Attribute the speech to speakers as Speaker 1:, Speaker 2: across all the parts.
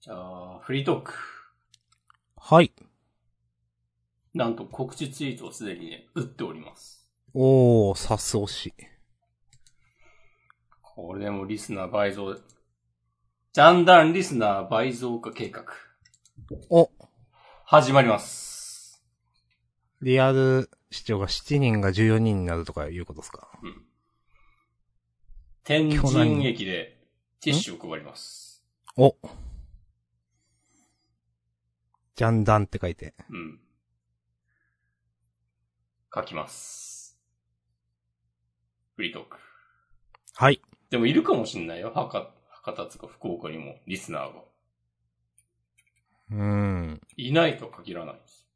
Speaker 1: じゃあ、フリートーク。
Speaker 2: はい。
Speaker 1: なんと告知ツイートをすでにね、打っております。
Speaker 2: おー、さす推し。
Speaker 1: これでもリスナー倍増。ジャンダンリスナー倍増化計画。
Speaker 2: お、
Speaker 1: 始まります。
Speaker 2: リアル視聴が7人が14人になるとかいうことですか
Speaker 1: 天
Speaker 2: 今日何
Speaker 1: 神駅でティッシュを配ります。
Speaker 2: お。ジャンダンって書いて。
Speaker 1: うん。書きます。フリートーク。
Speaker 2: はい。
Speaker 1: でもいるかもしんないよ。博博多とか福岡にもリスナーが。
Speaker 2: うーん。
Speaker 1: いないとは限らないです。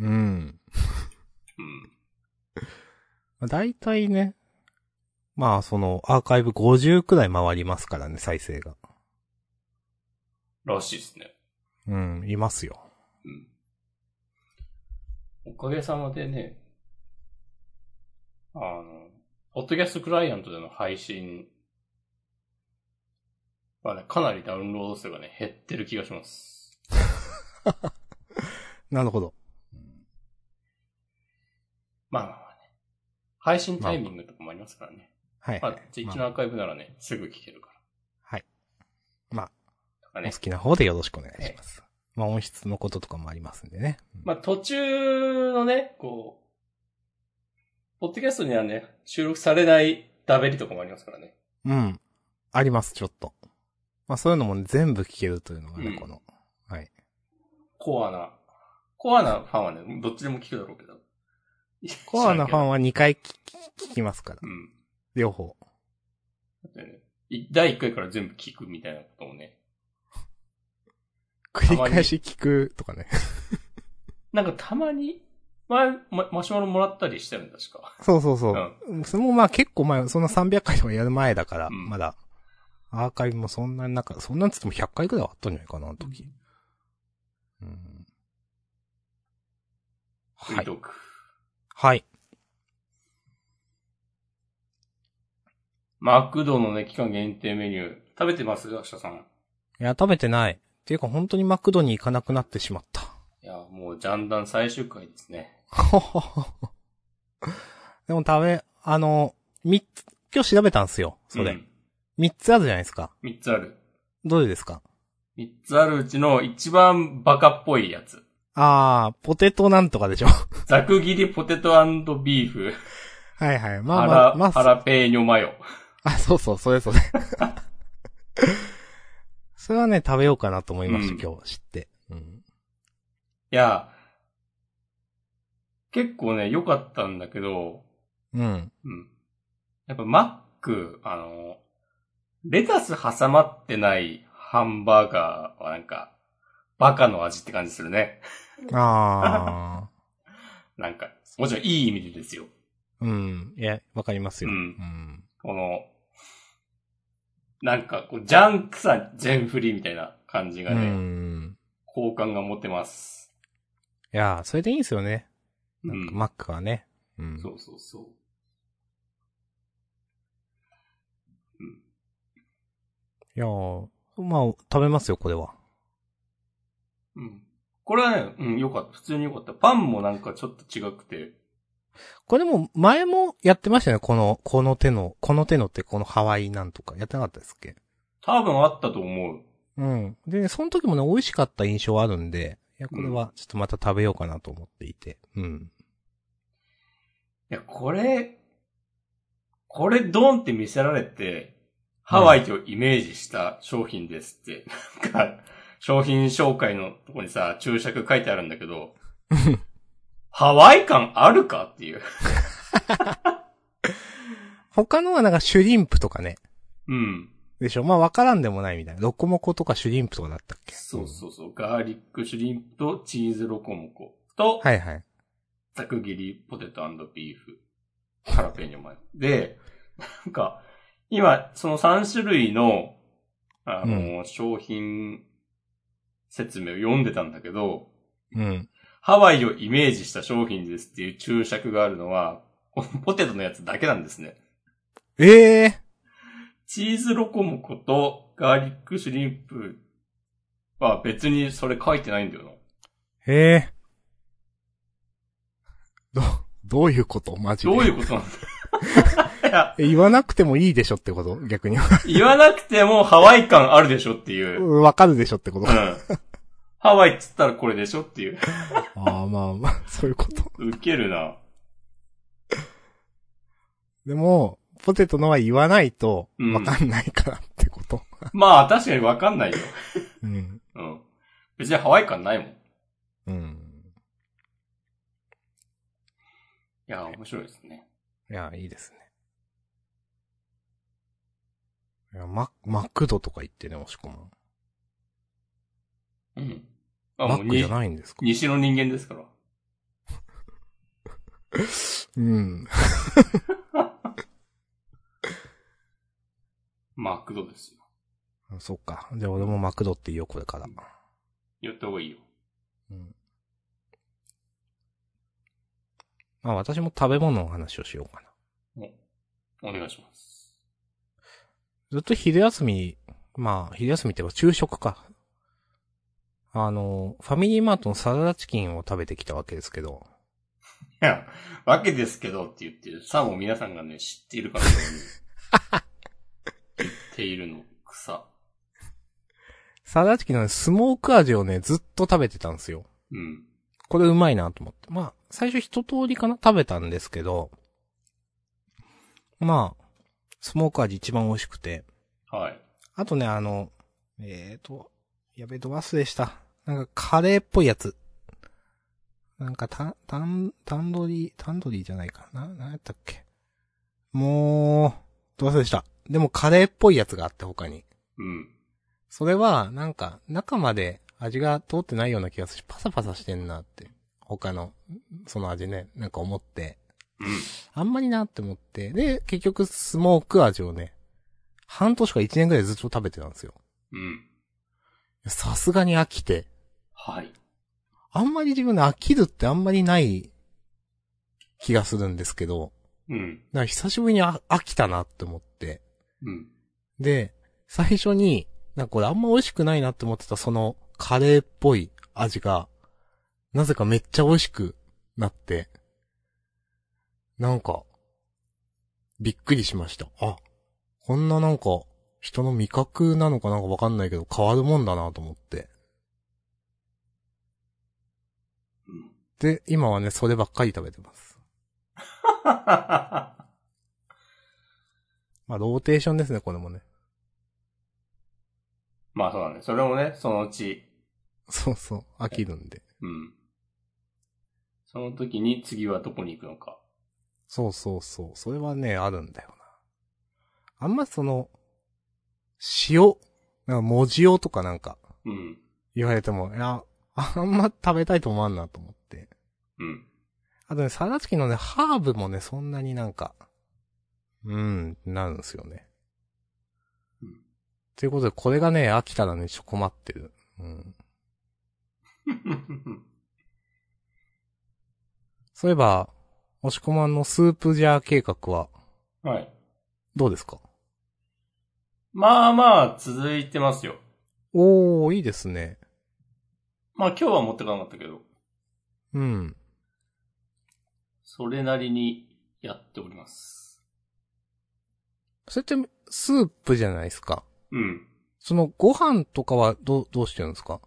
Speaker 2: うん。
Speaker 1: うん。
Speaker 2: だいたいね。まあ、その、アーカイブ50くらい回りますからね、再生が。
Speaker 1: らしいですね。
Speaker 2: うん、いますよ。
Speaker 1: うん。おかげさまでね、あの、ポッドキャストクライアントでの配信はね、かなりダウンロード数がね、減ってる気がします。
Speaker 2: なるほど。
Speaker 1: まあまあまあね。配信タイミングとかもありますからね。
Speaker 2: はい。
Speaker 1: まあ、ツイッチの
Speaker 2: ま
Speaker 1: アーカイブならね、すぐ聞けるから。
Speaker 2: はい。まあ
Speaker 1: とか
Speaker 2: あお
Speaker 1: ね
Speaker 2: 好。きな方でよろしくお願いします。まあ、音質のこととかもありますんでね。うん
Speaker 1: まあ、途中のね、こう、ポッドキャストにはね、収録されないダベリとかもありますからね。
Speaker 2: うん。あります、ちょっと。まあそういうのもね、全部聞けるというのがね、
Speaker 1: うん
Speaker 2: この。はい。
Speaker 1: コアな、コアなファンはね、どっちでも聞くだろうけど。
Speaker 2: コアなファン
Speaker 1: は。
Speaker 2: は2回聞き聞きますから
Speaker 1: う。ん。
Speaker 2: 両方。
Speaker 1: だってね、い第1回から全部聞くみたいなこともね。
Speaker 2: 繰り返し聞くとかね。
Speaker 1: なんかたまに、前、ま、マシュマロもらったりしてるんだ、しか。
Speaker 2: そうそうそうう。
Speaker 1: ん。
Speaker 2: それもまあ結構前、そんな300回とかやる前だから、
Speaker 1: うん
Speaker 2: まだ。アーカイブもそんなになんか、そんなんつっても100回くらいはあったんじゃないかな、あの時。うん。
Speaker 1: フリ
Speaker 2: は
Speaker 1: ー
Speaker 2: い
Speaker 1: ト。ーク。
Speaker 2: はい。
Speaker 1: マクドのね、期間限定メニュー。食べてます明日さん。
Speaker 2: いや、食べてない。っていうか本当にマクドに行かなくなってしまった。
Speaker 1: いや、もう、ジャンダン最終回ですね。
Speaker 2: でも食べ、あの、三つ、今日調べたんすよ、それ。
Speaker 1: ん
Speaker 2: 三、つあるじゃないですか。
Speaker 1: 三、つある。
Speaker 2: どれですか
Speaker 1: 三つあるうちの一番バカっぽいやつ。
Speaker 2: あー、ポテトなんとかでしょ。
Speaker 1: ざく切りポテトビーフ。
Speaker 2: はいはい。まあ
Speaker 1: ハ
Speaker 2: ま
Speaker 1: ラ、
Speaker 2: あ、まあ、
Speaker 1: ハラペーニョマヨ。
Speaker 2: あ、そうそう、それそれ。 それはね、食べようかなと思いました、
Speaker 1: うん
Speaker 2: 今日知って。うん。
Speaker 1: いや、結構ね、良かったんだけど、
Speaker 2: うん。
Speaker 1: うん。やっぱマック、あの、レタス挟まってないハンバーガーはなんか、バカの味って感じするね。
Speaker 2: あ
Speaker 1: なんか、もちろんいい意味でですよ。
Speaker 2: ー。うん。いや、わかりますよ。
Speaker 1: うん
Speaker 2: ん。
Speaker 1: この、なんかこう、ジャンクさ全振りみたいな感じ
Speaker 2: う
Speaker 1: がね、
Speaker 2: ん。
Speaker 1: 好感が持てます。
Speaker 2: いや、それでいいんすよね。
Speaker 1: う
Speaker 2: なん
Speaker 1: ん
Speaker 2: か、マックはね。うん。
Speaker 1: そうそうそう。
Speaker 2: いやーまあ、食べますよ、これは。
Speaker 1: うん。これはね、うん、良かった。普通に良かった。パンもなんかちょっと違くて、
Speaker 2: これも、前もやってましたよね、この、この手の、この手のってこのハワイなんとか、やってなかったですっけ
Speaker 1: 多分あったと思う。
Speaker 2: うん。でね、その時もね、美味しかった印象はあるんで、いや、これは、ちょっとまた食べようかなと思っていて。うん。
Speaker 1: いや、これ、これドンって見せられて、ハワイとイメージした商品ですって、 なんか、商品紹介のとこにさ、注釈書いてあるんだけ ど、ハワイ感あるかっていう。
Speaker 2: 他のはなんか、シュリンプとかね。
Speaker 1: うん。
Speaker 2: でしょまあ、わからんでもないみたいな。ロコモコとかシュリンプとかだったっけ
Speaker 1: そうんそうそう。ガーリックシュリンプとチーズロコモコと、
Speaker 2: はいはい。
Speaker 1: ざく切りポテトビーフ、ハラペーニョマヨ。で、なんか、今、その3種類の、あの、商品説明を読んでたんだけど、
Speaker 2: うん。
Speaker 1: ハワイをイメージした商品ですっていう注釈があるのは、このポテトのやつだけなんですね。
Speaker 2: ええ
Speaker 1: チーズロコモコとガーリックシュリンプは別にそれ書いてないんだよな。
Speaker 2: へえ。ど、どういうことマジで。
Speaker 1: どういうことなんだいや、
Speaker 2: え言わなくてもいいでしょってこと逆 に。
Speaker 1: 言わなくてもハワイ感あるでしょっていう。
Speaker 2: わかるでしょってこと
Speaker 1: うん。ハワイっつったらこれでしょっていう。
Speaker 2: ああ、まあまあ、そういうこと。
Speaker 1: ウケるな。
Speaker 2: でも、ポテトのは言わないと、
Speaker 1: うん
Speaker 2: わかんないからってこと。
Speaker 1: まあ、確かにわかんないよ。
Speaker 2: うん。
Speaker 1: うん。別にハワイ感ないもん。い
Speaker 2: うん。
Speaker 1: や、面白いですね。
Speaker 2: いや、いいですね。いや、マ、マクドとか言ってね、おしこも。
Speaker 1: うん。あ、
Speaker 2: マ
Speaker 1: もう
Speaker 2: ックじ
Speaker 1: に
Speaker 2: ゃ、ないんですか
Speaker 1: 西の人間ですから。
Speaker 2: うん。
Speaker 1: マクドですよ。
Speaker 2: そっか。じゃあ俺もマクドって言おう、これから。
Speaker 1: 言った方がいいよ。
Speaker 2: うん。まあ私も食べ物の話をしようかな。
Speaker 1: お願いします。
Speaker 2: ずっと昼休み、まあ昼休みっていうか昼食か。あの、ファミリーマートのサラダチキンを食べてきたわけですけど。
Speaker 1: いや、わけですけどって言ってる。さも皆さんがね、知っているかのように。知っているの、草。
Speaker 2: サラダチキンのねスモーク味をね、ずっと食べてたんですよ。
Speaker 1: うん。
Speaker 2: これうまいなと思って。まあ、最初一通りかな食べたんですけど、まあ、スモーク味一番美味しくて。
Speaker 1: はい。
Speaker 2: あとね、あの、えーと、やべえ、ドバスでした。なんかカレーっぽいやつ。なんかタン、タン、タンドリー、タンドリーじゃないかな。なんやったっけ。もう、ドバスでした。でもカレーっぽいやつがあって他に。
Speaker 1: うん。
Speaker 2: それは、なんか、中まで味が通ってないような気がするし、パサパサしてんなって。他の、その味ね、なんか思って。
Speaker 1: うん。
Speaker 2: あんまりなって思って。で、結局、スモーク味をね、半年か一年ぐらいずっと食べてたんですよ。
Speaker 1: うん。
Speaker 2: さすがに飽きて。
Speaker 1: はい。
Speaker 2: あんまり自分で飽きるってあんまりない気がするんですけど、
Speaker 1: うん。
Speaker 2: だから久しぶりにあ飽きたなって思って。
Speaker 1: うん。
Speaker 2: で、最初に、なんかこれあんま美味しくないなって思ってたそのカレーっぽい味が、なぜかめっちゃ美味しくなって、なんか、びっくりしました。あ、こんななんか、人の味覚なのかなんかわかんないけど変わるもんだなと思って。
Speaker 1: うん。
Speaker 2: で、今はね、そればっかり食べてます。まあ、ローテーションですね、これもね。
Speaker 1: まあそうだね。それもね、そのうち。
Speaker 2: そうそう、飽きるんで。
Speaker 1: うん。その時に次はどこに行くのか。
Speaker 2: そうそうそう、それはね、あるんだよな。あんまその、塩、なんか文字用とかなんか
Speaker 1: うん。
Speaker 2: 言われても、いや、あんま食べたいと思わんなと思って。
Speaker 1: うん。
Speaker 2: あとね、サラダチキンのね、ハーブもね、そんなになんか、うん、なるんですよね。
Speaker 1: うん
Speaker 2: ということで、これがね、飽きたらね、ちょっと困ってる。うん。そういえば、押し込まんのスープジャー計画は、
Speaker 1: はい。
Speaker 2: どうですか
Speaker 1: まあまあ、続いてますよ。
Speaker 2: おー、いいですね。
Speaker 1: まあ今日は持ってかなかったけど、
Speaker 2: うん。
Speaker 1: それなりにやっております。
Speaker 2: それって、スープじゃないですか。
Speaker 1: うん。
Speaker 2: その、ご飯とかは、どう、どうしてるんですか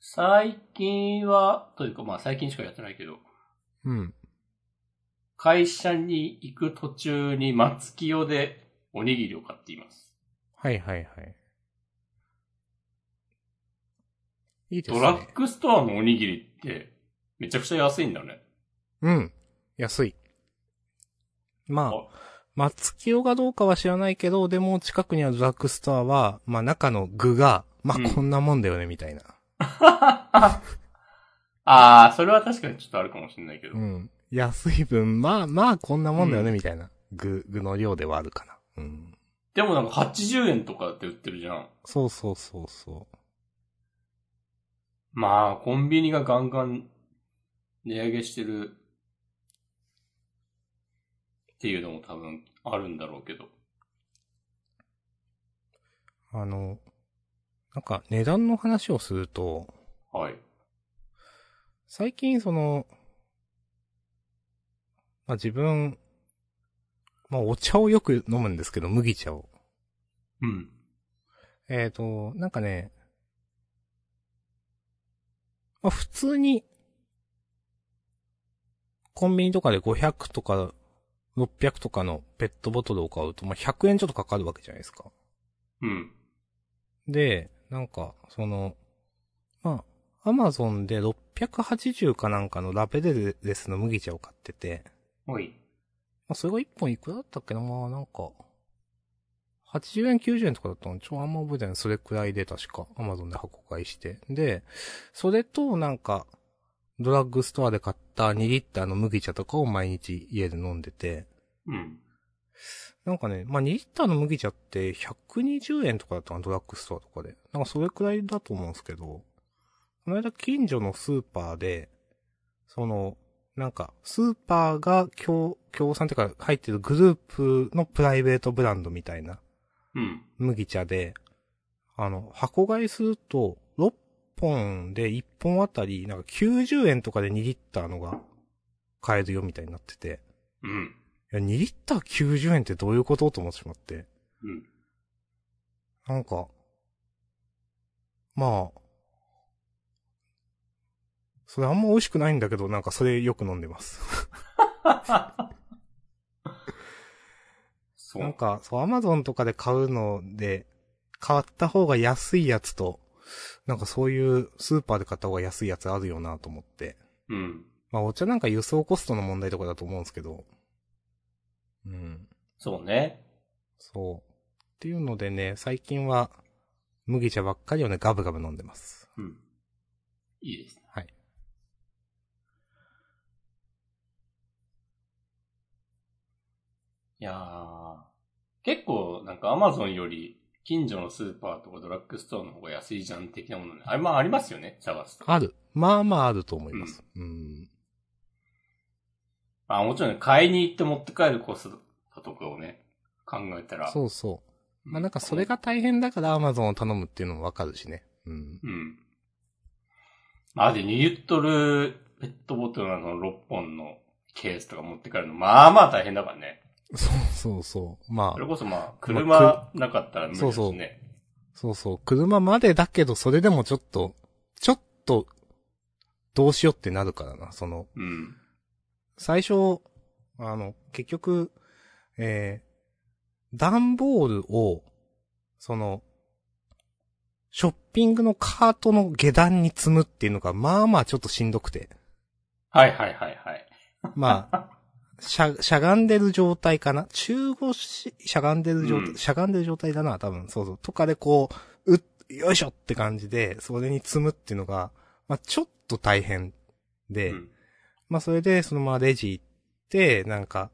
Speaker 1: 最近は、というかまあ最近しかやってないけど、
Speaker 2: うん。
Speaker 1: 会社に行く途中に松清でおにぎりを買っています。
Speaker 2: はいはいはい。いいです
Speaker 1: ドラッ
Speaker 2: ね。
Speaker 1: グストアのおにぎりって、めちゃくちゃ安いんだね。
Speaker 2: うん。安い。まあ、松清がどうかは知らないけど、でも近くにあるドラッグストアは、まあ中の具が、まあ
Speaker 1: うん
Speaker 2: こんなもんだよね、みたいな。
Speaker 1: ああー、それは確かにちょっとあるかもしれないけど。
Speaker 2: うん。安い分、まあまあこんなもんだよね、みたいな。具、具の量ではあるかな。うん。
Speaker 1: でもなんか80円とかって売ってるじゃん。
Speaker 2: そうそうそうそう。
Speaker 1: まあ、コンビニがガンガン値上げしてるっていうのも多分あるんだろうけど。
Speaker 2: あの、なんか値段の話をすると、
Speaker 1: はい。
Speaker 2: 最近その、まあ自分、まあお茶をよく飲むんですけど、麦茶を。
Speaker 1: うん。
Speaker 2: えっ、と、なんかね、まあ普通に、コンビニとかで500とか600とかのペットボトルを買うと、まあ100円ちょっとかかるわけじゃないですか。
Speaker 1: うん。
Speaker 2: で、なんか、その、まあ、アマゾンで680かなんかのラベルレスの麦茶を買ってて、
Speaker 1: はい。
Speaker 2: まあ、それが1本いくらだったっけなまあ、なんか、80円、90円とかだったのちょ、あんま覚えてない。それくらいで確か、アマゾンで箱買いして。で、それと、なんか、ドラッグストアで買った2リッターの麦茶とかを毎日家で飲んでて、
Speaker 1: うん。
Speaker 2: なんかね、まあ、2リッターの麦茶って120円とかだったの、ドラッグストアとかで。なんかそれくらいだと思うんですけど、この間近所のスーパーで、その、なんか、スーパーが協、協賛っていうか入ってるグループのプライベートブランドみたいな
Speaker 1: うん。
Speaker 2: 麦茶で、あの、箱買いすると、6本で1本あたり、なんか90円とかで2リッターのが買えるよみたいになってて、
Speaker 1: うん。
Speaker 2: いや、2リッター90円ってどういうことと思ってしまって。
Speaker 1: うん。
Speaker 2: なんか、まあ、それあんま美味しくないんだけど、なんかそれよく飲んでます。
Speaker 1: そう。
Speaker 2: なんか、そう、アマゾンとかで買うので、買った方が安いやつと、なんかそういうスーパーで買った方が安いやつあるよなと思って。
Speaker 1: うん。
Speaker 2: まあお茶なんか輸送コストの問題とかだと思うんですけど。うん。
Speaker 1: そうね。
Speaker 2: そう。っていうのでね、最近は、麦茶ばっかりをね、ガブガブ飲んでます。
Speaker 1: うん。いいですね。
Speaker 2: はい。
Speaker 1: いやー、結構なんか Amazon より近所のスーパーとかドラッグストアの方が安いじゃん的なものね。あれ、まあありますよね、探すと。
Speaker 2: ある。まあまああると思います。うん。
Speaker 1: まあもちろん買いに行って持って帰るコストとかをね、考えたら。
Speaker 2: そうそう。まあなんかそれが大変だからアマゾンを頼むっていうのもわかるしね。 うん。
Speaker 1: うん。まあ、で、2リットルペットボトルのあの6本のケースとか持って帰るの、まあまあ大変だからね。
Speaker 2: そうそうそう。ま
Speaker 1: それ
Speaker 2: あ、
Speaker 1: こそまあ、
Speaker 2: ま
Speaker 1: 車なかったら無理
Speaker 2: そ
Speaker 1: で
Speaker 2: うそ
Speaker 1: す
Speaker 2: う
Speaker 1: ね。
Speaker 2: そうそう。車までだけど、それでもちょっと、ちょっと、どうしようってなるからな。その、
Speaker 1: うん。
Speaker 2: 最初、あの、結局、えー、段ボールを、その、ショッピングのカートの下段に積むっていうのが、まあまあちょっとしんどくて。
Speaker 1: はいはいはいはい。
Speaker 2: まあ、しゃ、しゃがんでる状態かな中腰、しゃがんでる状態、
Speaker 1: うん
Speaker 2: しゃがんでる状態だな、多分。そうそう。とかでこう、う、よいしょって感じで、それに積むっていうのが、まあ、ちょっと大変で、
Speaker 1: うん。
Speaker 2: まあ、それで、そのままレジ行って、なんか、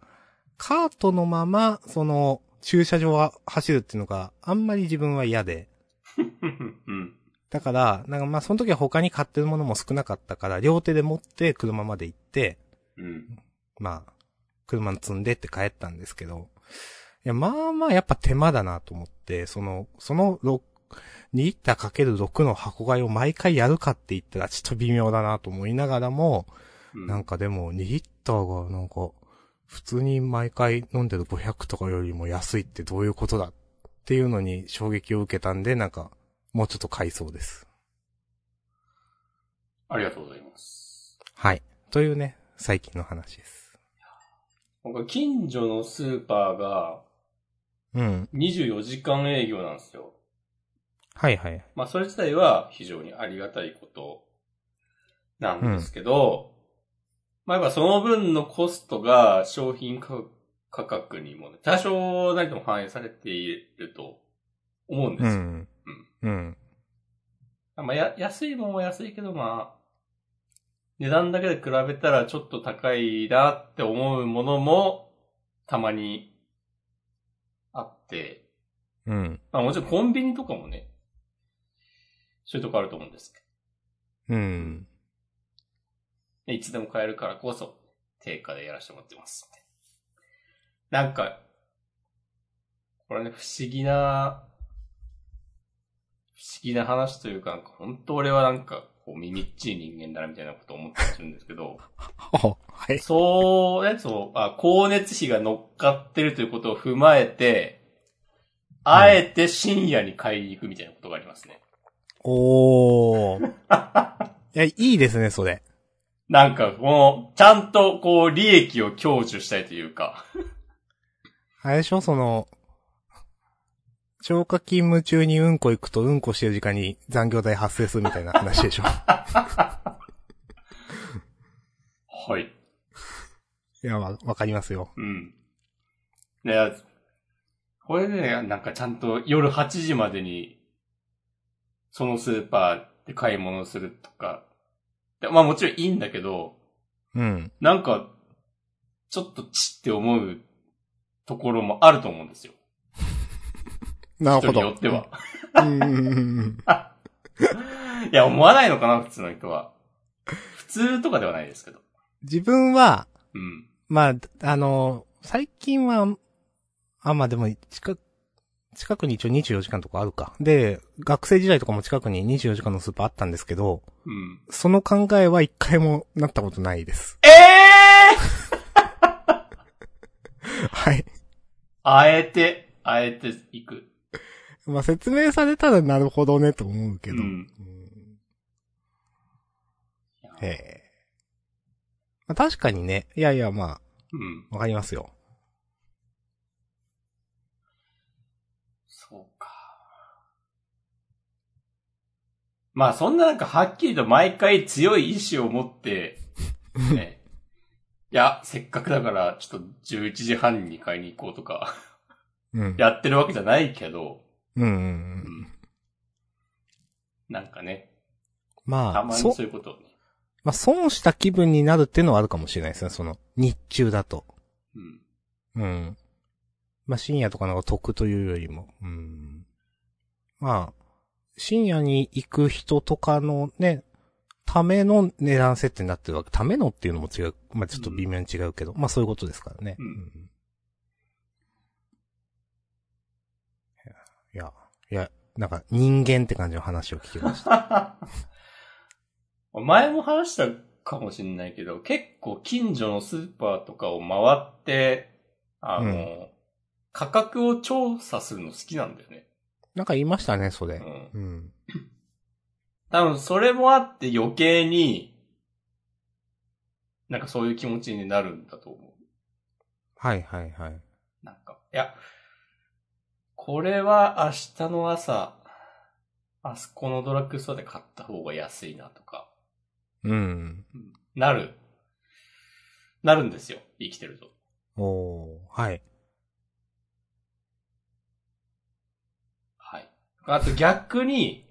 Speaker 2: カートのまま、その、駐車場は走るっていうのがあんまり自分は嫌で、
Speaker 1: うん。
Speaker 2: だから、なんかまあその時は他に買ってるものも少なかったから、両手で持って車まで行って、
Speaker 1: うん。
Speaker 2: まあ、車に積んでって帰ったんですけど、いや、まあまあやっぱ手間だなと思って、その、その6、2リッターかける6の箱買いを毎回やるかって言ったらちょっと微妙だなと思いながらも、
Speaker 1: うん。
Speaker 2: なんかでも2リッターがなんか、普通に毎回飲んでる500とかよりも安いってどういうことだっていうのに衝撃を受けたんで、なんか、もうちょっと買いそうです。
Speaker 1: ありがとうございます。
Speaker 2: はい。というね、最近の話です。
Speaker 1: 僕は近所のスーパーが
Speaker 2: うん。
Speaker 1: 24時間営業なんですよ。
Speaker 2: はいはい。
Speaker 1: まあそれ自体は非常にありがたいことなんですけど、まあやっぱその分のコストが商品価価格にも、ね、多少なりとも反映されていると思うんで
Speaker 2: う
Speaker 1: すよ。
Speaker 2: ん。うん。
Speaker 1: まあや安いもんは安いけどまあ、値段だけで比べたらちょっと高いなって思うものもたまにあって、
Speaker 2: うん。
Speaker 1: まあもちろんコンビニとかもね、そういうとこあると思うんですけど
Speaker 2: うん。
Speaker 1: いつでも買えるからこそ、定価でやらせてもらってます。なんか、これね、不思議な、不思議な話というか、なんか本当俺はなんか、こう、耳っちい人間だなみたいなことを思ったりするんですけ ど、
Speaker 2: はい。
Speaker 1: そう、ね、そう、あ、光熱費が乗っかってるということを踏まえて、あえて深夜に買いに行くみたいなことがありますね。
Speaker 2: お ー。いや、いいですね、それ。
Speaker 1: なんか、この、ちゃんと、こう、利益を享受したいというか。
Speaker 2: あれでしょその、超過勤務中にうんこ行くとうんこしてる時間に残業代発生するみたいな話で しょ
Speaker 1: はい。
Speaker 2: いや、わ、わかりますよ。
Speaker 1: うん。いや、これね、なんかちゃんと夜8時までに、そのスーパーで買い物するとか、でまあもちろんいいんだけど、
Speaker 2: うん。
Speaker 1: なんか、ちょっとちって思うところもあると思うんですよ。
Speaker 2: な
Speaker 1: 人
Speaker 2: るほど。
Speaker 1: によっては。
Speaker 2: うん。うんうんうん。
Speaker 1: いや、思わないのかな、普通の人は。普通とかではないですけど。
Speaker 2: 自分は、
Speaker 1: うん。
Speaker 2: まあ、あの、最近は、あ、まあでも、近く、近くに一応24時間とかあるか。で、学生時代とかも近くに24時間のスーパーあったんですけど、
Speaker 1: うん。
Speaker 2: その考えは一回もなったことないです。
Speaker 1: ええー、
Speaker 2: はい。
Speaker 1: あえて、あえて行く。
Speaker 2: まあ説明されたらなるほどねと思うけど。
Speaker 1: うん
Speaker 2: うん
Speaker 1: いや
Speaker 2: ええ。まあ確かにね、いやいやま
Speaker 1: うん。
Speaker 2: あ、わかりますよ。
Speaker 1: そうか。まあそんななんかはっきりと毎回強い意志を持って、ね、 いや、せっかくだからちょっと11時半に買いに行こうとか、
Speaker 2: うん。
Speaker 1: やってるわけじゃないけど、
Speaker 2: うんうん
Speaker 1: う
Speaker 2: うん。
Speaker 1: ん。なんかね、た
Speaker 2: まあ、
Speaker 1: まに
Speaker 2: そ
Speaker 1: そういうことをね。
Speaker 2: まあ、損した気分になるっていうのはあるかもしれないですね、その、日中だと。
Speaker 1: うん。
Speaker 2: うん。まあ、深夜とかの方が得というよりも。うん。まあ、深夜に行く人とかのね、ための値段設定になってるわけ。ためのっていうのも違う。まあ、ちょっと微妙に違うけど。まあ、そういうことですからね。
Speaker 1: うん
Speaker 2: いや、いや、なんか人間って感じの話を聞き ました。
Speaker 1: 前も話したかもしれないけど、結構近所のスーパーとかを回って、あの、
Speaker 2: う
Speaker 1: 価格を調査するの好きなんだよね。
Speaker 2: なんか言いましたね、それ
Speaker 1: う。ん。
Speaker 2: うん。
Speaker 1: 多分それもあって余計に、なんかそういう気持ちになるんだと思
Speaker 2: はいはいはい。
Speaker 1: う。なんか、いや、これは明日の朝、あそこのドラッグストアで買った方が安いなとか、
Speaker 2: うん。
Speaker 1: なる。なるんですよ。生きてると。
Speaker 2: おー、はい。
Speaker 1: はい。あと逆に、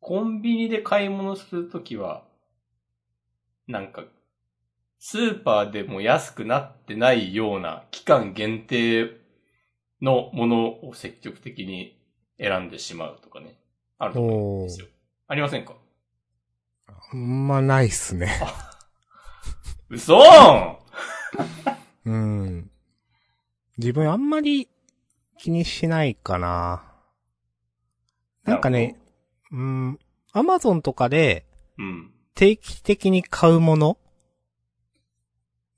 Speaker 1: コンビニで買い物するときは、なんか、スーパーでも安くなってないような期間限定のものを積極的に選んでしまうとかね。あると思うんですよ。ありませんか
Speaker 2: まあ、ないっすね。
Speaker 1: 嘘ー
Speaker 2: うん。自分あんまり気にしないかな。なんかね、うん、アマゾンとかで
Speaker 1: うん。
Speaker 2: 定期的に買うもの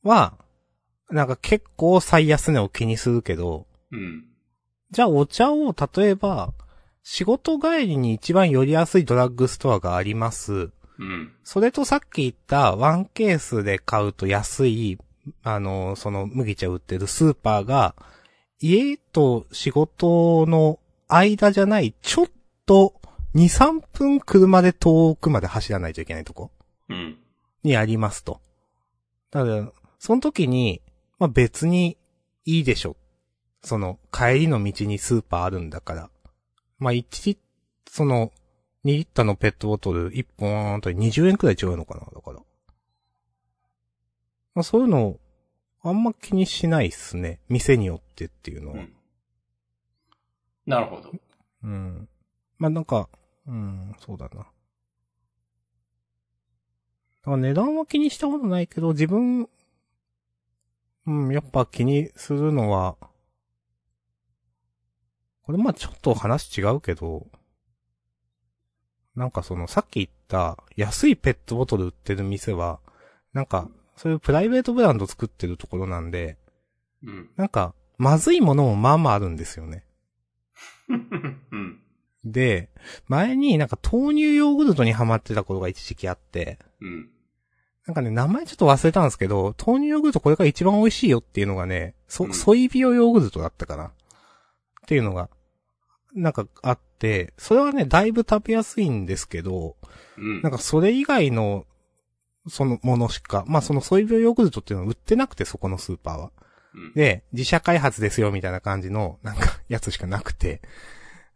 Speaker 2: は、なんか結構最安値を気にするけど、
Speaker 1: うん。
Speaker 2: じゃあお茶を例えば、仕事帰りに一番寄りやすいドラッグストアがあります。
Speaker 1: うん。
Speaker 2: それとさっき言ったワンケースで買うと安い、あの、その麦茶売ってるスーパーが、家と仕事の間じゃない、ちょっと2、3分車で遠くまで走らないといけないとこ
Speaker 1: うん。
Speaker 2: にありますと。ただ、その時に、まあ、別にいいでしょ。その、帰りの道にスーパーあるんだから。まあ、1リその、2リッターのペットボトル1本あたり20円くらい違うのかな、だから。まあ、そういうの、あんま気にしないっすね。店によってっていうのは。
Speaker 1: うんなるほど。
Speaker 2: うん。まあ、なんか、うん、そうだな。だから値段は気にしたことないけど、自分、うん、やっぱ気にするのは、これまあちょっと話違うけど、なんかそのさっき言った安いペットボトル売ってる店は、なんかそういうプライベートブランド作ってるところなんで、
Speaker 1: うん。
Speaker 2: なんかまずいものもまあまああるんですよね。
Speaker 1: うん。
Speaker 2: で、前になんか豆乳ヨーグルトにハマってた頃が一時期あって、
Speaker 1: うん。
Speaker 2: なんかね、名前ちょっと忘れたんですけど、豆乳ヨーグルトこれが一番美味しいよっていうのがね、
Speaker 1: う
Speaker 2: そ、
Speaker 1: ん
Speaker 2: ソイビオヨーグルトだったかなっていうのが、なんかあって、それはね、だいぶ食べやすいんですけど、
Speaker 1: うん。
Speaker 2: なんかそれ以外の、そのものしか、まあそのソイビオヨーグルトっていうのは売ってなくて、そこのスーパーは。
Speaker 1: うん、
Speaker 2: で、自社開発ですよみたいな感じの、なんか、やつしかなくて。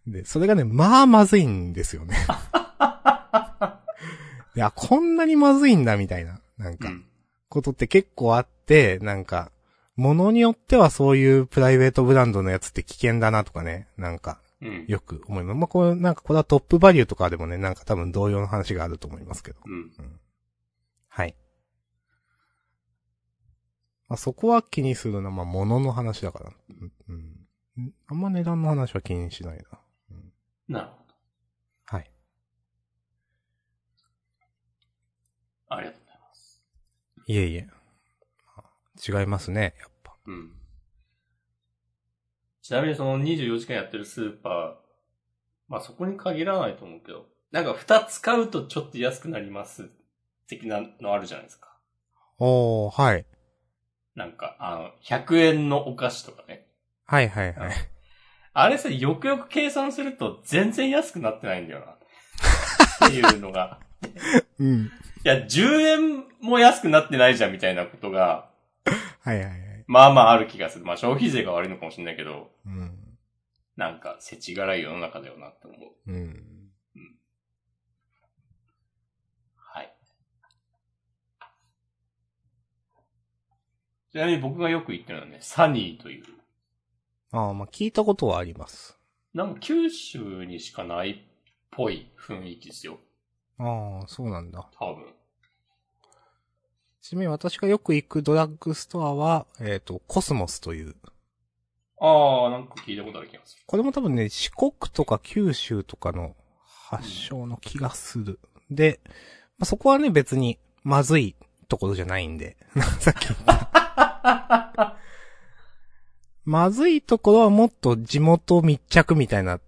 Speaker 2: で、それがね、まあまずいんですよね。 いや、こんなにまずいんだみたいな、なん
Speaker 1: う
Speaker 2: か、
Speaker 1: ん。
Speaker 2: ことって結構あって、なんか、ものによってはそういうプライベートブランドのやつって危険だなとかね、なんか、
Speaker 1: うん。
Speaker 2: よく思います。まあ、これ、なんかこれはトップバリューとかでもね、なんか多分同様の話があると思いますけど。
Speaker 1: うん。
Speaker 2: はい。まあ、そこは気にするな。まあ、物の話だから。うん。うんあんま値段の話は気にしないな。
Speaker 1: なるほど。
Speaker 2: はい。
Speaker 1: ありがとうございます。
Speaker 2: いえいえ。まあ違いますね、やっぱ。
Speaker 1: うん。ちなみにその24時間やってるスーパー、まあそこに限らないと思うけど、なんか2つ買うとちょっと安くなります、的なのあるじゃないですか。
Speaker 2: おー、はい。
Speaker 1: なんか、あの、100円のお菓子とかね。
Speaker 2: はいはいはい。
Speaker 1: あれさ、よくよく計算すると全然安くなってないんだよな。っていうの が。
Speaker 2: うん。
Speaker 1: いや、10円も安くなってないじゃんみたいなことが、
Speaker 2: はいはいはい。
Speaker 1: まあまあある気がする。まあ消費税が悪いのかもしれないけど、
Speaker 2: うん。
Speaker 1: なんか、世知辛い世の中だよなって思う。
Speaker 2: うん。
Speaker 1: はい。ちなみに僕がよく行ってるのはね、サニーという。
Speaker 2: ああ、まあ、聞いたことはあります。
Speaker 1: なんか九州にしかないっぽい雰囲気ですよ。
Speaker 2: ああ、そうなんだ。
Speaker 1: 多分。
Speaker 2: ちなみに私がよく行くドラッグストアは、えっ、と、コスモスという。
Speaker 1: ああ、なんか聞いたことある気がす
Speaker 2: これも多分ね、四国とか九州とかの発祥の気がする。で、まあ、そこはね、別にまずいところじゃないんで、 さっき言った。まずいところはもっと地元密着みたいな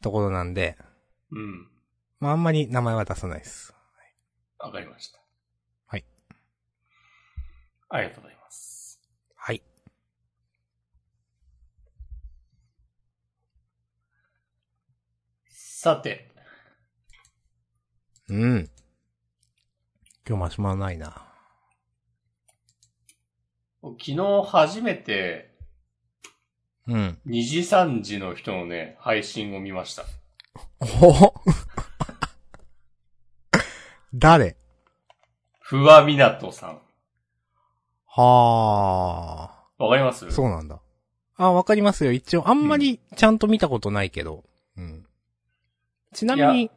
Speaker 2: ところなんで、
Speaker 1: る。うん。
Speaker 2: まあ、あんまり名前は出さないです。
Speaker 1: わかりました。
Speaker 2: はい。
Speaker 1: ありがとうございます。
Speaker 2: はい。
Speaker 1: さて、
Speaker 2: うん。今日マシュマロないな。
Speaker 1: 昨日初めて
Speaker 2: うん。
Speaker 1: 2時3時の人のね、配信を見ました。
Speaker 2: お 誰
Speaker 1: ふわみなとさん。
Speaker 2: はあ。
Speaker 1: わかります
Speaker 2: そうなんだ。あ、わかりますよ。一応、あんまりちゃんと見たことないけど。うん。ちなみに、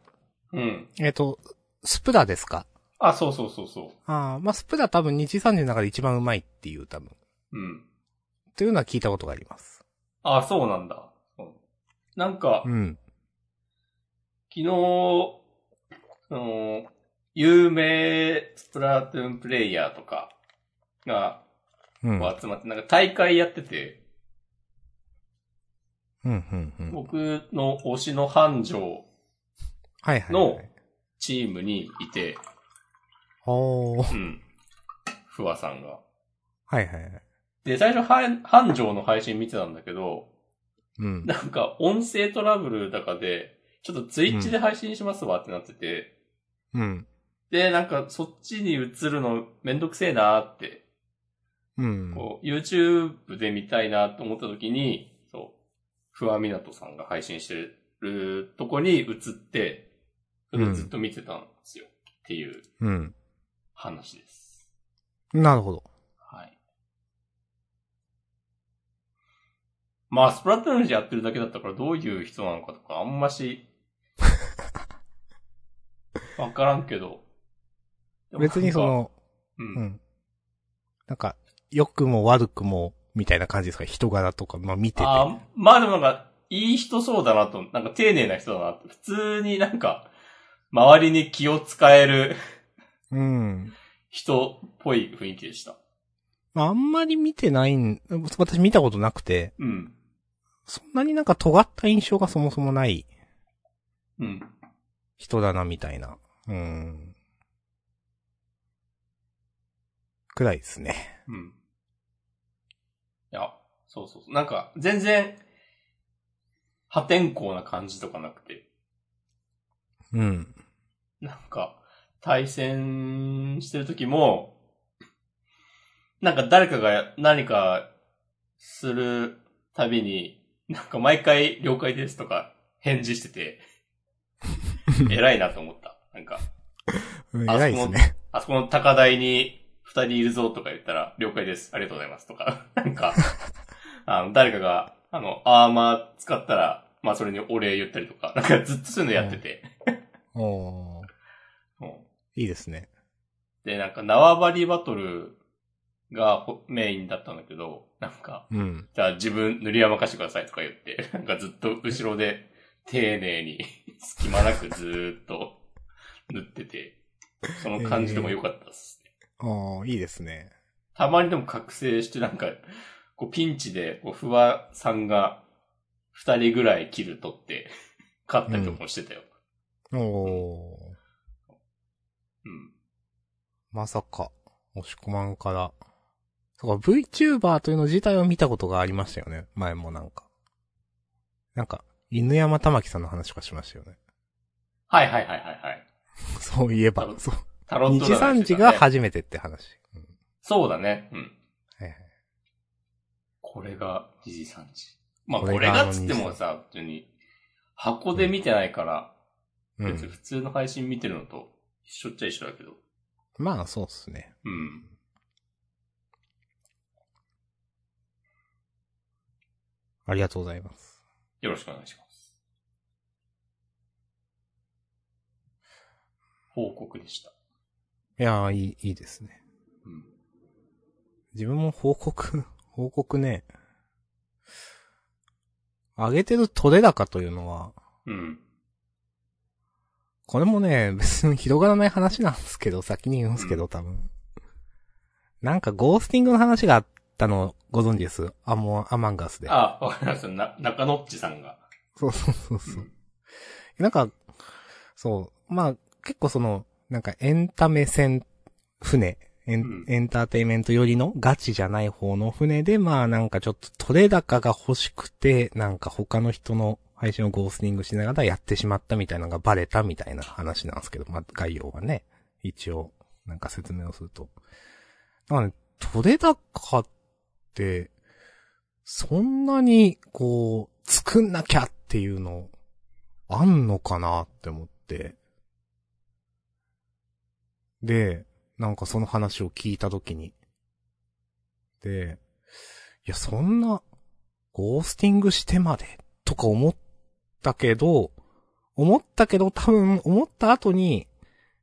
Speaker 1: うん。
Speaker 2: えっ、と、スプラですか
Speaker 1: あ、そうそうそうそ
Speaker 2: ああ、まあ、スプラ多分日3時の中で一番うまいっていう多分。
Speaker 1: う。うん。
Speaker 2: というのは聞いたことがあります。
Speaker 1: あ、そうなんだ。うんなんか、
Speaker 2: う
Speaker 1: 昨
Speaker 2: ん。
Speaker 1: 日、その、有名スプラトゥーンプレイヤーとかが
Speaker 2: うん。うん、
Speaker 1: 集まって、なんか大会やってて、
Speaker 2: うん、うん。
Speaker 1: 僕の推しの繁盛
Speaker 2: はいはい、は
Speaker 1: の
Speaker 2: い。
Speaker 1: チームにいて、
Speaker 2: お
Speaker 1: う
Speaker 2: ー。
Speaker 1: ん。ふわさんが。
Speaker 2: はいはいはい。
Speaker 1: で、最初は、繁盛の配信見てたんだけど、
Speaker 2: うん。
Speaker 1: なんか音声トラブルとかで、ちょっとツイッチで配信しますわってなってて、
Speaker 2: うん。
Speaker 1: で、なんか、そっちに移るのめんどくせえなーって、
Speaker 2: うん。
Speaker 1: こう、YouTube で見たいなと思った時に、そう、ふわみなとさんが配信してるとこに移って、それをずっと見てたんですよ。っていう
Speaker 2: うん。
Speaker 1: 話です。
Speaker 2: なるほど。
Speaker 1: はい。まあ、スプラトゥーンやってるだけだったからどういう人なのかとかあんま し、わからんけど。でもなんか
Speaker 2: 別にそ、の、
Speaker 1: うん
Speaker 2: うん。なんか、良くも悪くも、みたいな感じですか人柄とか、まあ見てて。
Speaker 1: あーまあでもなんか、いい人そうだなと、なんか丁寧な人だなって、普通になんか、周りに気を使える
Speaker 2: うん。
Speaker 1: 人っぽい雰囲気でした。
Speaker 2: まああんまり見てないん、私見たことなくて、
Speaker 1: うん。
Speaker 2: そんなになんか尖った印象がそもそもない
Speaker 1: うん。
Speaker 2: 人だな、みたいな。うん。くらいですね。
Speaker 1: うん。いや、そうそうそう。なんか、全然、破天荒な感じとかなくて、
Speaker 2: うん。
Speaker 1: なんか、対戦してる時も、なんか誰かが何かするたびに、なんか毎回了解ですとか返事して て、偉いなと思った。なんか、
Speaker 2: うん
Speaker 1: あ
Speaker 2: 偉いですね。
Speaker 1: あそこの高台に二人いるぞとか言ったら、了解です。ありがとうございます。とか、 なんか、あの、誰かが、あの、アーマー使ったら、まあそれにお礼言ったりとか、なんかずっとそういうのやってて。
Speaker 2: おー
Speaker 1: うん
Speaker 2: いいですね。
Speaker 1: で、なんか縄張りバトルがほメインだったんだけど、なんか、
Speaker 2: うん。
Speaker 1: じゃあ自分塗り山かしてくださいとか言って、 なんかずっと後ろで丁寧に 隙間なくずーっと塗ってて、その感じでも良かったです。
Speaker 2: おーいいですね。
Speaker 1: たまにでも覚醒してなんか、こうピンチで、こう、不破さんが二人ぐらいキル取って、勝ったりとかもしてたよ。
Speaker 2: おー
Speaker 1: うん。
Speaker 2: まさか、押し込まんから。そうか、VTuber というの自体は見たことがありましたよね。前もなんか。なんか、犬山玉木さんの話とかしましたよね。
Speaker 1: はいはいはいはいはい。
Speaker 2: そういえ
Speaker 1: な
Speaker 2: ば
Speaker 1: る、ほ
Speaker 2: そう。
Speaker 1: タロッ
Speaker 2: 二
Speaker 1: ト
Speaker 2: 次
Speaker 1: 占い
Speaker 2: 三
Speaker 1: して
Speaker 2: 次
Speaker 1: たね
Speaker 2: が初めてって話。うん
Speaker 1: そうだね。うん。
Speaker 2: はいはい
Speaker 1: これが二次三次。まあ、
Speaker 2: こ
Speaker 1: こ
Speaker 2: れ
Speaker 1: れ
Speaker 2: があ
Speaker 1: が
Speaker 2: の
Speaker 1: っつってもさ、普通に、箱で見てないから、
Speaker 2: う
Speaker 1: 別に
Speaker 2: ん。
Speaker 1: 普通の配信見てるのと一緒っちゃ一緒だけど。
Speaker 2: まあ、そうっすね。
Speaker 1: うん。
Speaker 2: ありがとうございます。
Speaker 1: よろしくお願いします。報告でした。
Speaker 2: いやー、いい、いいですね。
Speaker 1: うん。
Speaker 2: 自分も報告、 報告ね。上げてる取れ高というのは、
Speaker 1: うん。
Speaker 2: これもね、別に広がらない話なんですけど、先に言うんですけど、多分。なんか、ゴースティングの話があったの、ご存知です。アモ、アマンガスで。
Speaker 1: あ、わかりました。な、中野っちさんが。
Speaker 2: そうそうそうそうう。なんか、そう、まあ、結構その、なんかエンタメ船、船、エン,、
Speaker 1: うん
Speaker 2: エンターテイメントよりのガチじゃない方の船で、まあなんかちょっと取れ高が欲しくて、なんか他の人の配信をゴースティングしながらやってしまったみたいなのがバレたみたいな話なんですけど、まあ概要はね、一応、なんか説明をすると。だからね、取れ高って、そんなに、こう、作んなきゃっていうの、あんのかなって思って。で、なんかその話を聞いたときに。で、いや、そんな、ゴースティングしてまで、とか思ったけど、思ったけど多分、思った後に、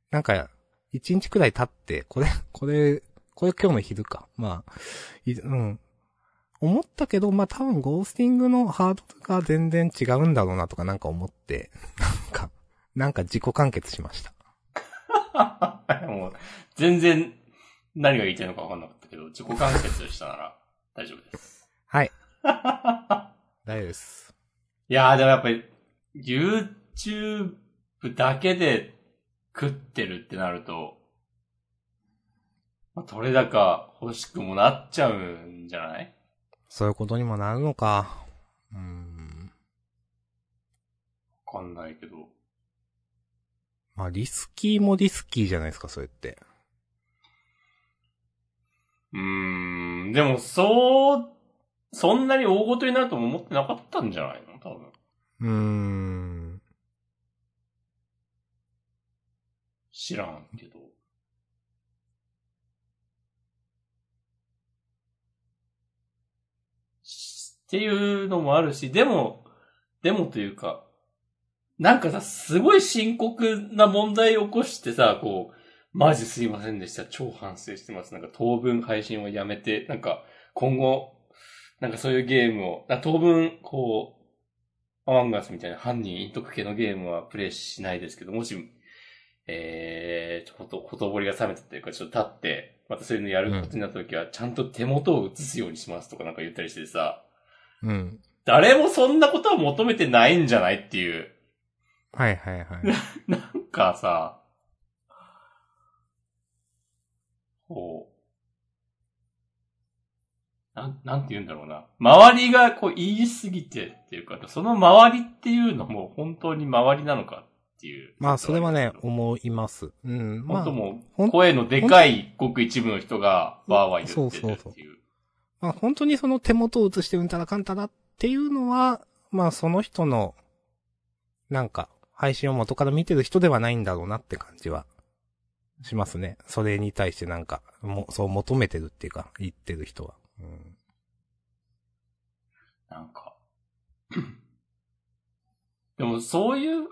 Speaker 2: なんか、一日くらい経って、これ、これ、これ今日の昼か。まあ、いうん。思ったけど、まあ多分ゴースティングのハードルが全然違うんだろうなとかなんか思って、 なんか、なんか自己完結しました。
Speaker 1: もう、全然、何が言いたいのか分かんなかったけど、自己完結したなら、大丈夫です。
Speaker 2: はい。大丈夫です。
Speaker 1: いやー、でもやっぱり、YouTube だけで食ってるってなると、まあ、取れ高欲しくもなっちゃうんじゃない
Speaker 2: そういうことにもなるのか。うーん。
Speaker 1: わかんないけど。
Speaker 2: まあリスキーもリスキーじゃないですか、それって。
Speaker 1: うーん、でも、そう、そんなに大ごとになるとも思ってなかったんじゃないの多分。
Speaker 2: うーん。
Speaker 1: 知らんけど。しっていうのもあるし、でも、でもというか、なんかさ、すごい深刻な問題を起こしてさ、こう、マジすいませんでした。超反省してます。なんか当分配信をやめて、なんか今後、なんかそういうゲームを、あ当分、こう、アマンガスみたいな犯人隠匿系のゲームはプレイしないですけど、もし、えー、ちょっとほとぼりが冷めたというか、ちょっと立って、またそういうのやることになった時は、ちゃんと手元を映すようにしますとかなんか言ったりしてさ、
Speaker 2: うん。
Speaker 1: 誰もそんなことは求めてないんじゃないっていう。
Speaker 2: はいはい はい。
Speaker 1: なんかさ、こう、なん、なんて言うんだろうな。周りがこう言い過ぎてっていうか、その周りっていうのも本当に周りなのかっていう。
Speaker 2: まあ、それはね、思います。うん。
Speaker 1: 本
Speaker 2: まあ
Speaker 1: 当、も
Speaker 2: ほ
Speaker 1: う、
Speaker 2: ん
Speaker 1: 声のでかいごく一部の人がわーわー言ってる
Speaker 2: そうそう
Speaker 1: っていう。
Speaker 2: まあ、本当にその手元を映してうんたらかんたらっていうのは、まあ、その人の、なんか、配信を元から見てる人ではないんだろうなって感じは、しますね。それに対してなんか、も、そう求めてるっていうか、言ってる人は。うん。
Speaker 1: なんか。でも、そういう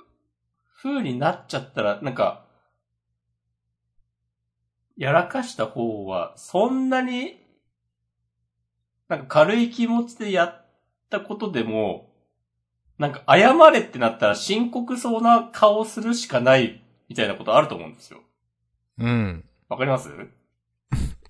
Speaker 1: 風になっちゃったら、なんか、やらかした方は、そんなに、なんか軽い気持ちでやったことでも、なんか謝れってなったら深刻そうな顔するしかないみたいなことあると思うんですよ。
Speaker 2: うん。
Speaker 1: わかります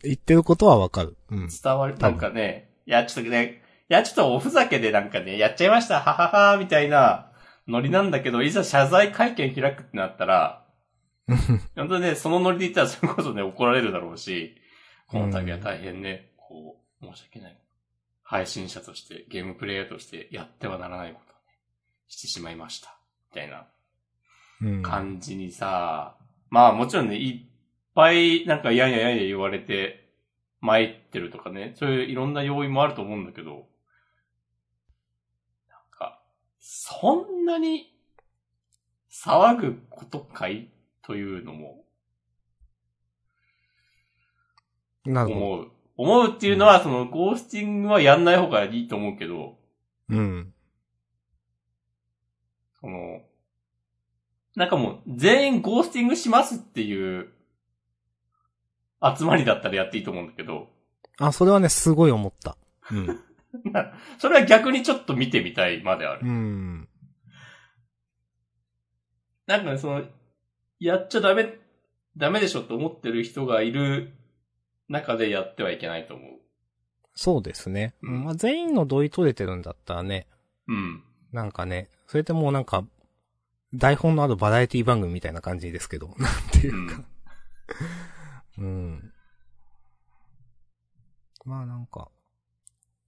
Speaker 2: 言ってることはわかる。うん。
Speaker 1: 伝わる、
Speaker 2: 多
Speaker 1: な
Speaker 2: 分
Speaker 1: んかね、いや、ちょっとね、いや、ちょっとおふざけでなんかね、やっちゃいました、ははは、みたいなノリなんだけど、いざ謝罪会見開くってなったら、本当にね、そのノリで言ったらそれこそね、怒られるだろうし、この度は大変ね、こう、申し訳ない。配信者として、ゲームプレイヤーとして、やってはならないことをね、してしまいました。みたいな
Speaker 2: うん。
Speaker 1: 感じにさ、まあもちろんね、いっぱいなんかいやいやいやいや言われて、参ってるとかね、そういういろんな要因もあると思うんだけど、なんか、そんなに騒ぐことかいというのも
Speaker 2: なるほど。
Speaker 1: 思う。思うっていうのは、その、ゴースティングはやんない方がいいと思うけど、
Speaker 2: うん。
Speaker 1: その、なんかもう、全員ゴースティングしますっていう、集まりだったらやっていいと思うんだけど、
Speaker 2: あ、それはね、すごい思った。うん。
Speaker 1: それは逆にちょっと見てみたいまである。
Speaker 2: うん。
Speaker 1: なんかね、その、やっちゃダメ、ダメでしょと思ってる人がいる中でやってはいけないと思う。
Speaker 2: そうですね。
Speaker 1: うん
Speaker 2: まあ、全員の同意取れてるんだったらね、
Speaker 1: うん。
Speaker 2: なんかね、それってもうなんか、台本のあるバラエティ番組みたいな感じですけど、 なんていうか。うん。まあなんか、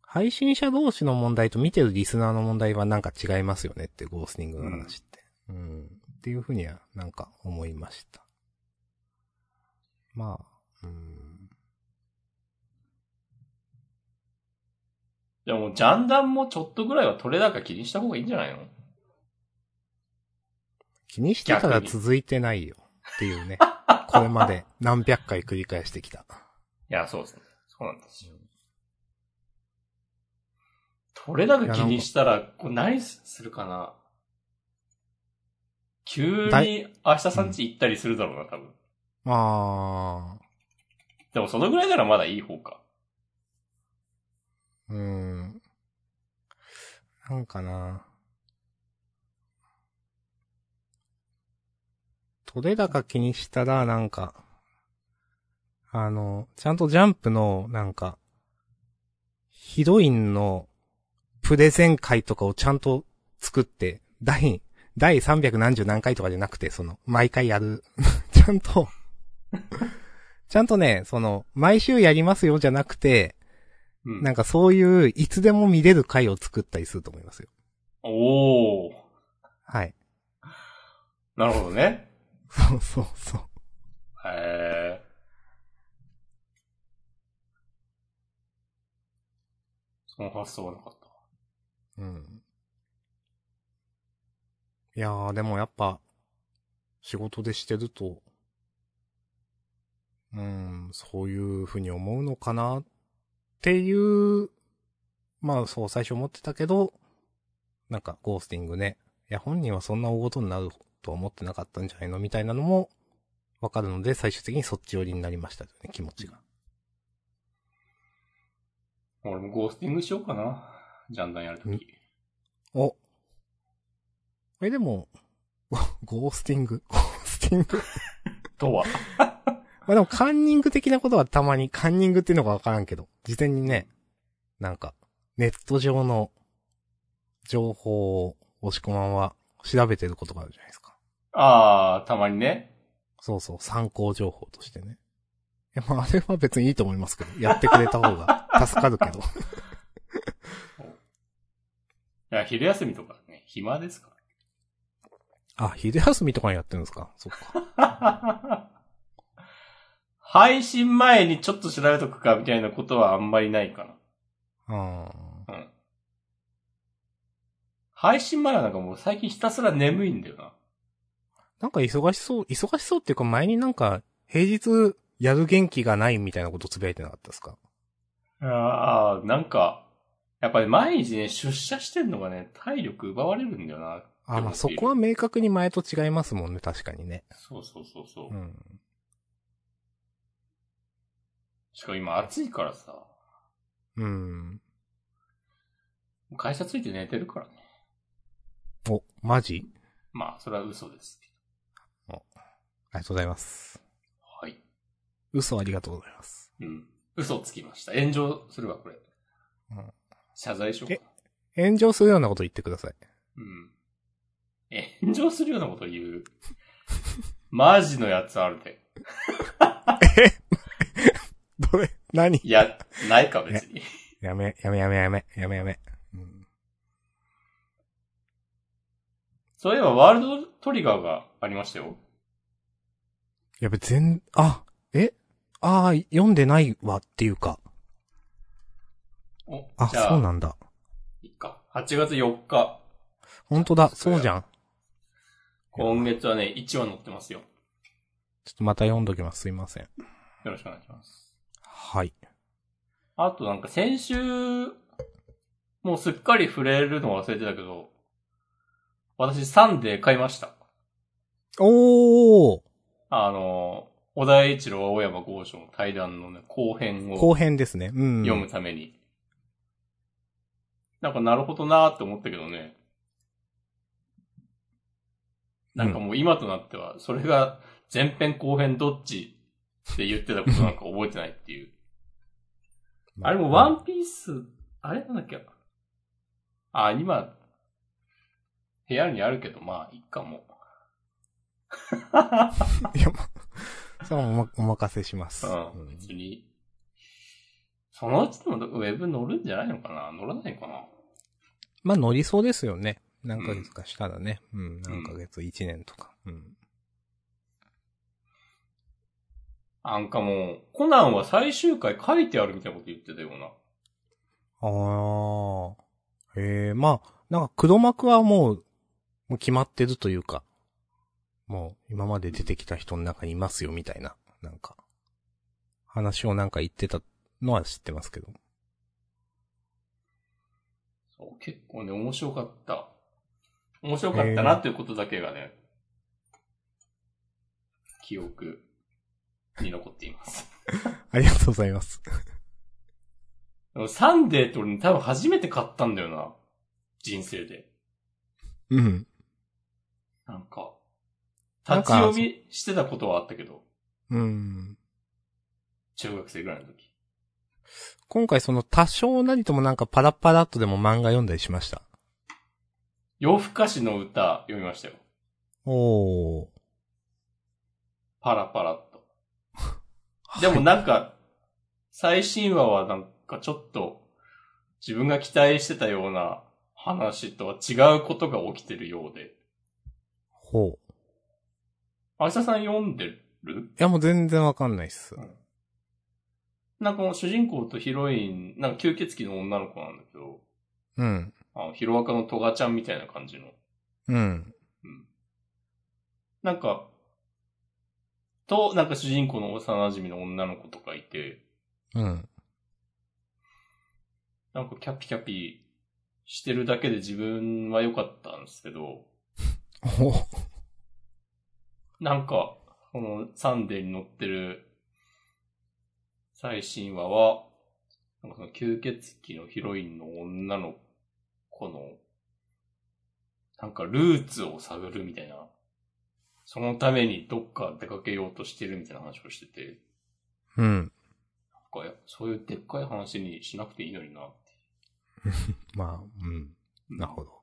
Speaker 2: 配信者同士の問題と見てるリスナーの問題はなんか違いますよねって、ゴースティングの話って。うん。っていうふうには、なんか思いました。まあ、うん。
Speaker 1: でも、ジャンダンもちょっとぐらいは取れ高気にした方がいいんじゃないの
Speaker 2: 気にしてたら続いてないよ。っていう ね。これまで何百回繰り返してきた。
Speaker 1: いや、そうですね。そうなんですよ。取れ高気にしたら、こう何するかな急
Speaker 2: だ
Speaker 1: に明日さんち行ったりするだろうな、多分。
Speaker 2: ああ、
Speaker 1: でもそのぐらいならまだいい方か。
Speaker 2: うーん。なんかな。取れ高気にしたら、なんか、あの、ちゃんとジャンプの、なんか、ヒロインのプレゼン会とかをちゃんと作って、第、第300何十何回とかじゃなくて、その、毎回やる。 ちゃんと、ちゃんとね、その、毎週やりますよじゃなくて、
Speaker 1: うん。
Speaker 2: なんかそういう、いつでも見れる回を作ったりすると思いますよ。
Speaker 1: おー。
Speaker 2: はい。
Speaker 1: なるほどね。
Speaker 2: そうそうそう。
Speaker 1: へー。その発想はなかった。
Speaker 2: うん。いやー、でもやっぱ、仕事でしてると、うん、そういうふうに思うのかな、っていう、まあそう、最初思ってたけど、なんか、ゴースティングね。いや、本人はそんな大事になるとは思ってなかったんじゃないのみたいなのも、わかるので、最終的にそっち寄りになりましたよね、気持ちが。
Speaker 1: 俺もゴースティングしようかな。ジャンダンやると
Speaker 2: うん
Speaker 1: き。
Speaker 2: お、え、でも、 ゴゴースティングゴースティング
Speaker 1: とは。
Speaker 2: まあでもカンニング的なことはたまに、カンニングっていうのがわからんけど、事前にね、なんか、ネット上の情報を押し込まんは調べてることがあるじゃないですか。
Speaker 1: ああ、たまにね。
Speaker 2: そうそう、参考情報としてね。いや、まああれは別にいいと思いますけど、やってくれた方が助かるけど。
Speaker 1: いや、昼休みとかね、暇ですか
Speaker 2: あ、昼休みとかにやってるんですかそっか。
Speaker 1: ら。 配信前にちょっと調べとくかみたいなことはあんまりないかな。
Speaker 2: あ
Speaker 1: うん。配信前はなんかもう最近ひたすら眠いんだよな。
Speaker 2: なんか忙しそう、忙しそうっていうか前になんか、平日やる元気がないみたいなことつぶやいてなかったですか
Speaker 1: ああ、なんか、やっぱり毎日ね、出社してんのがね、体力奪われるんだよな。
Speaker 2: あ、まあそこは明確に前と違いますもんね、確かにね。
Speaker 1: そうそうそうそう。
Speaker 2: うん。
Speaker 1: しかも今暑いからさ、
Speaker 2: うん。
Speaker 1: 会社ついて寝てるからね。
Speaker 2: お、マジ
Speaker 1: まあ、それは嘘ですけ
Speaker 2: ありがとうございます。
Speaker 1: ど。はい。
Speaker 2: 嘘ありがとうございます。
Speaker 1: うん。嘘をつきました。炎上するわ、これ。
Speaker 2: うん
Speaker 1: 謝罪しようか
Speaker 2: え炎上するようなこと言ってください。
Speaker 1: うん。炎上するようなこと言う。マジのやつあるで。
Speaker 2: どれ何
Speaker 1: いや、ないか別に。
Speaker 2: やめ、やめやめやめ、やめやめ。うん、
Speaker 1: そういえば、ワールドトリガーがありましたよ。
Speaker 2: やべ、全、あ、えああ、読んでないわっていうか。
Speaker 1: お、
Speaker 2: あ、
Speaker 1: じゃあ、
Speaker 2: そうなんだ。
Speaker 1: いっか。8月4日。
Speaker 2: 本当だ、
Speaker 1: そう
Speaker 2: そ
Speaker 1: や
Speaker 2: うじゃん。
Speaker 1: 今月はね、1話載ってますよ。
Speaker 2: ちょっとまた読んどきます。すいません。
Speaker 1: よろしくお願いします。
Speaker 2: はい。
Speaker 1: あとなんか先週、もうすっかり触れるの忘れてたけど、私サンデー買いました。
Speaker 2: おー
Speaker 1: あの、小田栄一郎青山豪昌の対談のね、後編を
Speaker 2: 後編ですね。うん。
Speaker 1: 読むために。なんかなるほどなーって思ったけどね。なんかもう今となっては、それが前編後編どっちって言ってたことなんか覚えてないっていう。あれもワンピース、あれなんだっけあ、今、部屋にあるけど、まあ、いっかも。
Speaker 2: いや、ま、そう、おま、お任せします。
Speaker 1: うん、別に。そのうちでもウェブ乗るんじゃないのかな乗らないかな
Speaker 2: まあ、乗りそうですよね。何ヶ月かしたらね。うん、何ヶ月、一年とか。うん。
Speaker 1: なんかもう、コナンは最終回書いてあるみたいなこと言ってたような。
Speaker 2: あー。ええまあ、なんか黒幕はもう、もう決まってるというか、もう今まで出てきた人の中にいますよみたいな、なんか、話をなんか言ってたのは知ってますけど。
Speaker 1: そう、結構ね、面白かった。面白かったなっていうことだけがね、記憶に残っています。
Speaker 2: ありがとうございます。
Speaker 1: でもサンデーって俺ね多分初めて買ったんだよな。人生で。
Speaker 2: うん。
Speaker 1: なんか。
Speaker 2: なん
Speaker 1: 立ち
Speaker 2: か
Speaker 1: 読みしてたことはあったけど、
Speaker 2: うん。
Speaker 1: 中学生ぐらいの時。
Speaker 2: 今回その多少なりともなんかパラパラっとでも漫画読んだりしました。
Speaker 1: 夜更かしの歌読みましたよ。
Speaker 2: おー。
Speaker 1: パラパラっと。でもなんか、 最新話はなんかちょっと、自分が期待してたような話とは違うことが起きてるようで。
Speaker 2: ほう。
Speaker 1: 明日さん読んでる
Speaker 2: いやもう全然わかんないっす。
Speaker 1: なんかもう主人公とヒロイン、なんか吸血鬼の女の子なんだけど、
Speaker 2: うん。
Speaker 1: あの、ヒロアカのトガちゃんみたいな感じの。
Speaker 2: うん。
Speaker 1: なんか、と、なんか主人公の幼馴染の女の子とかいて、
Speaker 2: うん。
Speaker 1: なんかキャピキャピしてるだけで自分は良かったんですけど、
Speaker 2: ほう。
Speaker 1: なんか、このサンデーに載ってる最新話は、なんかその吸血鬼のヒロインの女の子のなんかルーツを探るみたいな、そのためにどっか出かけようとしてるみたいな話をしてて、
Speaker 2: うん。
Speaker 1: なんかやそういうでっかい話にしなくていいのになって
Speaker 2: まあ、うん。なるほど。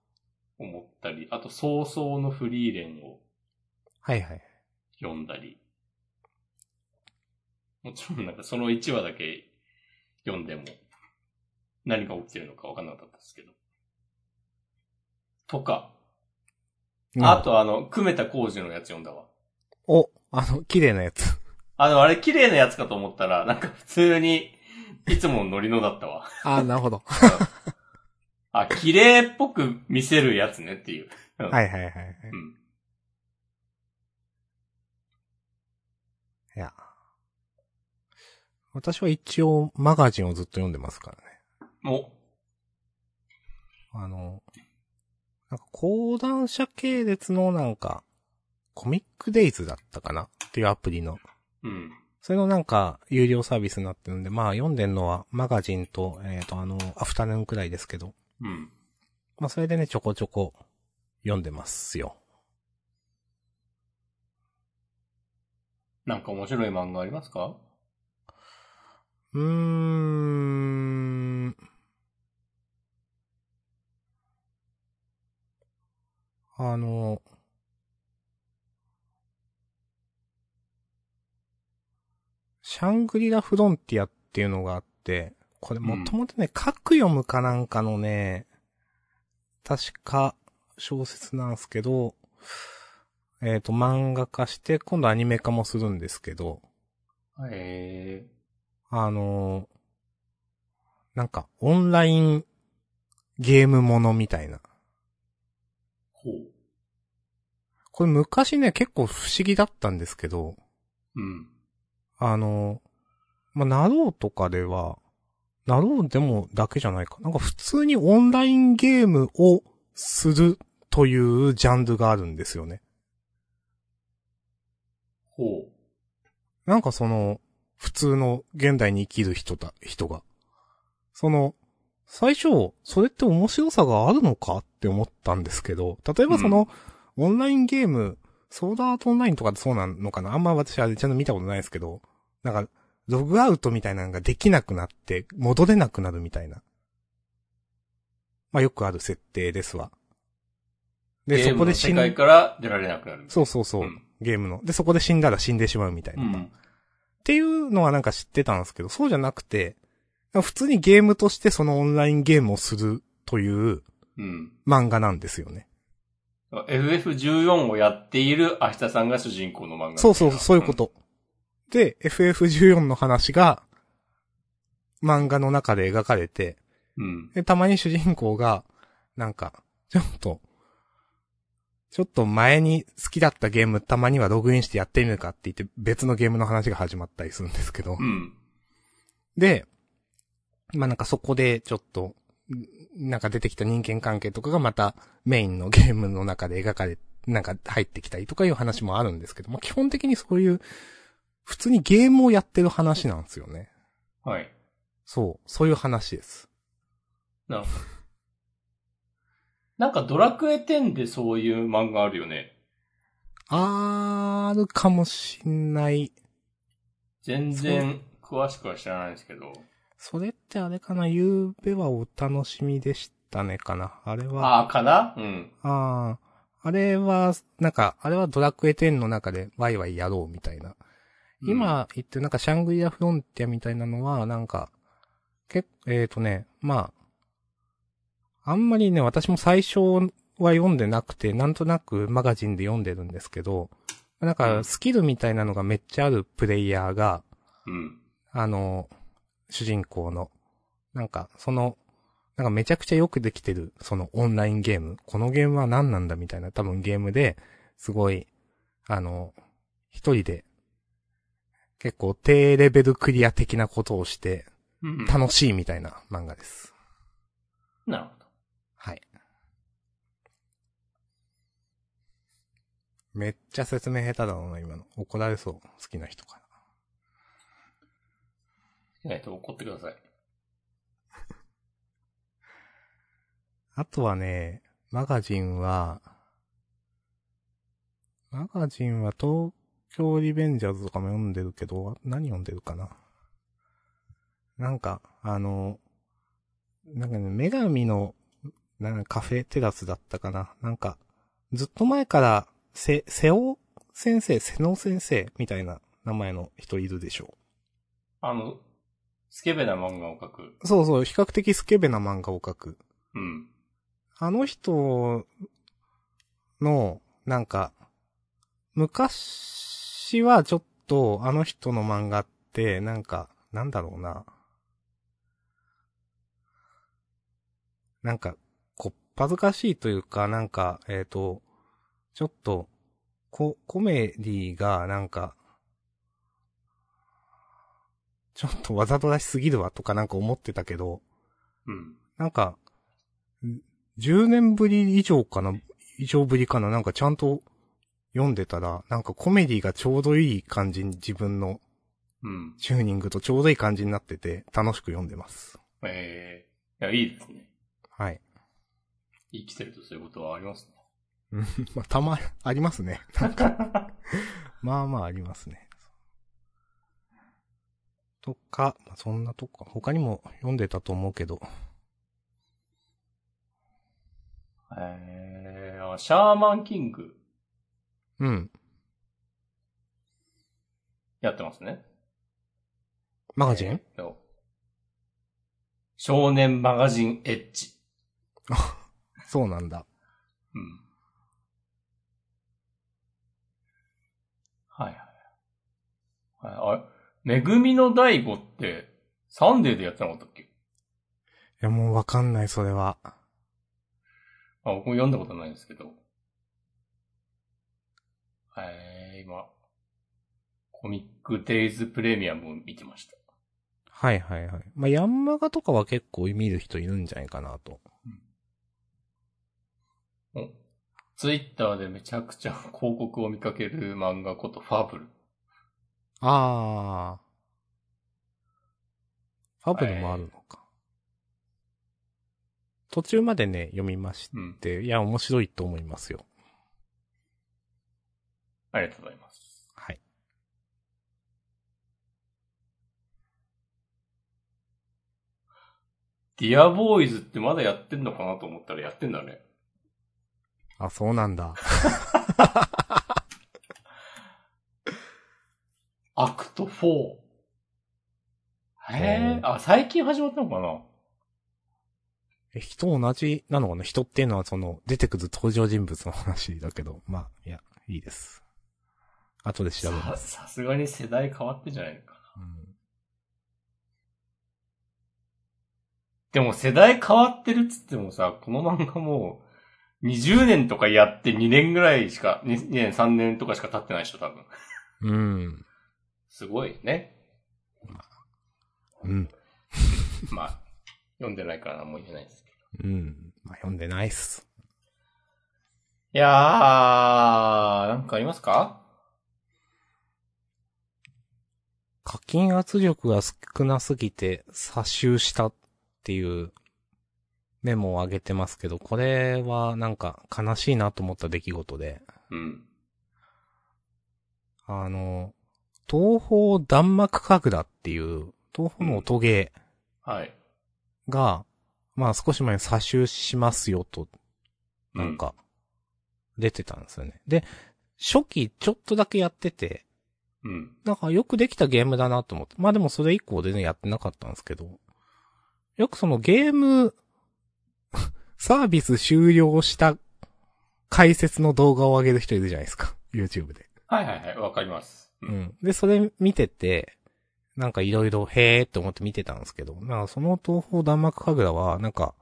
Speaker 1: 思ったり、あと早々のフリーレンを
Speaker 2: はいはい。
Speaker 1: 読んだり。もちろんなんかその1話だけ読んでも何が起きてるのかわかんなかったですけど。とか。あとあの、久米田浩二のやつ読んだわ。
Speaker 2: お、あの、綺麗なやつ。
Speaker 1: あの、あれ綺麗なやつかと思ったら、なんか普通に、いつものノリのだったわ。
Speaker 2: あなるほど。
Speaker 1: あ、綺麗っぽく見せるやつねっていう。
Speaker 2: はいはいはいはい。
Speaker 1: うん。
Speaker 2: いや。私は一応マガジンをずっと読んでますからね。
Speaker 1: も
Speaker 2: あの、なんか講談社系列のなんか、コミックデイズだったかなっていうアプリの。
Speaker 1: う、うん。
Speaker 2: それのなんか、有料サービスになってるんで、まあ読んでんのはマガジンと、えっ、とあの、アフタヌーンくらいですけど。
Speaker 1: うん。
Speaker 2: まあそれでね、ちょこちょこ読んでますよ。
Speaker 1: なんか面白い漫画ありますか
Speaker 2: うーん。あの、シャングリラ・フロンティアっていうのがあって、これもともとね、核読むかなんかのね、確か小説なんですけど、えっ、と、漫画化して、今度アニメ化もするんですけど、
Speaker 1: え
Speaker 2: あのーなんか、オンラインゲームものみたいな。
Speaker 1: ー、ほう。
Speaker 2: これ昔ね、結構不思議だったんですけど、
Speaker 1: うん。
Speaker 2: あのーまあ、ナローとかでは、ナローでもだけじゃないか。なんか普通にオンラインゲームをするというジャンルがあるんですよね。
Speaker 1: ほう。
Speaker 2: なんかその、普通の現代に生きる人だ、人が。その、最初、それって面白さがあるのかって思ったんですけど、例えばその、オンラインゲーム、ソードアートオンラインとかでそうなのかなあんま私あれちゃんと見たことないですけど、なんか、ログアウトみたいなのができなくなって、戻れなくなるみたいな。まあよくある設定ですわ。で、
Speaker 1: ゲー
Speaker 2: そこ
Speaker 1: ム
Speaker 2: で
Speaker 1: の
Speaker 2: 死
Speaker 1: 世
Speaker 2: ん
Speaker 1: 界から出られなくなる。
Speaker 2: そうそうそう、
Speaker 1: うん
Speaker 2: ゲームの。で、そこで死んだら死んでしまうみたいうな。
Speaker 1: ん。
Speaker 2: っていうのはなんか知ってたんですけど、そうじゃなくて、普通にゲームとしてそのオンラインゲームをするという
Speaker 1: うん。
Speaker 2: 漫画なんですよね。
Speaker 1: FF14 をやっている明日さんが主人公の漫画。
Speaker 2: そうそう、そういうこ。と。で、FF14 の話が漫画の中で描かれて、
Speaker 1: うん。
Speaker 2: で、たまに主人公が、なんか、ちょっと、ちょっと前に好きだったゲームたまにはログインしてやってみるかって言って別のゲームの話が始まったりするんですけど。
Speaker 1: うん。
Speaker 2: で、まあなんかそこでちょっと、んなんか出てきた人間関係とかがまたメインのゲームの中で描かれ、なんか入ってきたりとかいう話もあるんですけど、まあ基本的にそういう、普通にゲームをやってる話なんですよね。
Speaker 1: はい。
Speaker 2: そう、そういう話です。
Speaker 1: なるほど。なんかドラクエ10でそういう漫画あるよね。
Speaker 2: あーるかもしんない。
Speaker 1: 全然詳しくは知らないですけど。
Speaker 2: それってあれかな、ゆうべはお楽しみでしたねかな。あれ
Speaker 1: あ
Speaker 2: は。
Speaker 1: あ、かなうん。
Speaker 2: ああ、あれは、なんか、あれはドラクエ10の中でワイワイやろうみたいな。
Speaker 1: うん
Speaker 2: 今言ってるなんかシャングリラフロンティアみたいなのは、なんか、けえっ、とね、まあ、あんまりね、私も最初は読んでなくて、なんとなくマガジンで読んでるんですけど、なんかスキルみたいなのがめっちゃあるプレイヤーが、
Speaker 1: うん。
Speaker 2: あの、主人公の、なんか、その、なんかめちゃくちゃよくできてる、そのオンラインゲーム。このゲームは何なんだみたいな、多分ゲームで、すごい、あの、一人で、結構低レベルクリア的なことをして、
Speaker 1: うん。
Speaker 2: 楽しいみたいな漫画です。
Speaker 1: なるほど。
Speaker 2: はい。めっちゃ説明下手だろうな、今の。怒られそう。好きな人から。
Speaker 1: えっと、怒ってください。
Speaker 2: あとはね、マガジンは、マガジンは東京リベンジャーズとかも読んでるけど、何読んでるかななんか、あの、なんかね、女神の、なんかカフェテラスだったかななんか、ずっと前から、せ、瀬尾先生、瀬能先生みたいな名前の人いるでしょ
Speaker 1: あの、スケベな漫画を描く。
Speaker 2: う。そうそう、比較的スケベな漫画を描く。
Speaker 1: うん。
Speaker 2: あの人の、なんか、昔はちょっとあの人の漫画って、なんか、なんだろうな。なんか、こっぱずかしいというか、なんか、えっ、と、ちょっと、こ、コメディが、なんか、ちょっとわざとらしすぎるわとかなんか思ってたけど、
Speaker 1: うん。
Speaker 2: なんか、ん10年ぶり以上かな、以上ぶりかな、なんかちゃんと読んでたら、なんかコメディがちょうどいい感じに自分の
Speaker 1: うん。
Speaker 2: チューニングとちょうどいい感じになってて、楽しく読んでます。
Speaker 1: ええいや、いいですね。
Speaker 2: はい。
Speaker 1: 生きてるとそういうことはありますね。
Speaker 2: うん まあ、たま、ありますね。なん か、まあまあありますね。とか、まあ、そんなとこか、他にも読んでたと思うけど、
Speaker 1: ええあシャーマンキング
Speaker 2: うん。
Speaker 1: やってますね。
Speaker 2: マガジン、
Speaker 1: えーと少年マガジンエッジ。
Speaker 2: そうなんだ。
Speaker 1: うん。はいはい。はい、あれ、めぐみの第五って、サンデーでやってなかったっけ
Speaker 2: いや、もうわかんない、それは。
Speaker 1: あ、僕も読んだことないんですけど。えー、今、コミックデイズプレミアムを見てました。
Speaker 2: はいはいはい。まあ、ヤンマガとかは結構見る人いるんじゃないかなと。
Speaker 1: ツイッターでめちゃくちゃ広告を見かける漫画ことファブル。
Speaker 2: あー。ファブルもあるのか。途中までね、読みまし
Speaker 1: うん。
Speaker 2: て、いや、面白いと思いますよ。
Speaker 1: ありがとうございます。
Speaker 2: はい。
Speaker 1: ディアボーイズってまだやってんのかなと思ったらやってんだね。
Speaker 2: あ、そうなんだ。
Speaker 1: アクト4。へえ
Speaker 2: へ、ー
Speaker 1: あ、最近始まったのかな
Speaker 2: え、人同じなのかな人っていうのはその、出てくる登場人物の話だけど、まあ、いや、いいです。後で調べま
Speaker 1: さ、
Speaker 2: す。
Speaker 1: さすがに世代変わってんじゃないのかな。
Speaker 2: うん
Speaker 1: でも世代変わってるっつってもさ、この漫画もう、20年とかやって2年ぐらいしか、2, 年3年とかしか経ってないでしょ、多分。
Speaker 2: うん。
Speaker 1: すごいね。
Speaker 2: うん。
Speaker 1: まあ、読んでないから何も言えないですけど。
Speaker 2: うん。まあ、読んでないっす。
Speaker 1: いやー、なんかありますか
Speaker 2: 課金圧力が少なすぎて殺収したっていうメモを上げてますけど、これはなんか悲しいなと思った出来事で、
Speaker 1: うん。
Speaker 2: あの、東方弾幕格だっていう、東方の音ゲ
Speaker 1: はい。
Speaker 2: ーが、まあ少し前に殺収しますよと、なんか、出てたんですよね。で、初期ちょっとだけやってて、
Speaker 1: うん。うん。
Speaker 2: なんかよくできたゲームだなと思って。まあでもそれ以降でね、やってなかったんですけど。よくそのゲーム、 サービス終了した解説の動画を上げる人いるじゃないですか。YouTube で。
Speaker 1: はいはいはい、わかります。う。
Speaker 2: うんん。で、それ見てて、なんかいろいろへーって思って見てたんですけど、なんかその東方弾幕神楽は、なんか、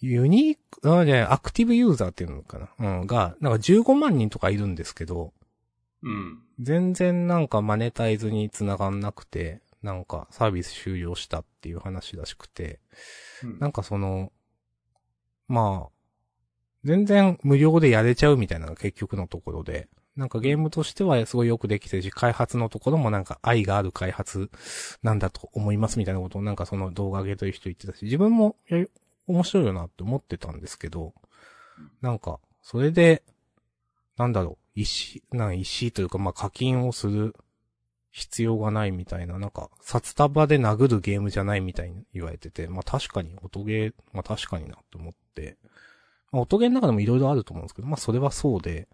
Speaker 2: ユニーク、あ、じゃあアクティブユーザーっていうのかなうん。が、なんか15万人とかいるんですけど、
Speaker 1: うん。
Speaker 2: 全然なんかマネタイズに繋がんなくて、なんかサービス終了したっていう話らしくて、
Speaker 1: うん
Speaker 2: なんかその、まあ、全然無料でやれちゃうみたいなのが結局のところで、なんかゲームとしてはすごいよくできてるし、開発のところもなんか愛がある開発なんだと思いますみたいなことをなんかその動画上げてる人言ってたし、自分もや面白いよなって思ってたんですけど、なんか、それで、なんだろう、石、なん、石というか、まあ課金をする必要がないみたいな、なんか、札束で殴るゲームじゃないみたいに言われてて、まあ確かに、音ゲー、まあ確かになと思って、まあ音ゲーの中でも色々あると思うんですけど、まあそれはそうで、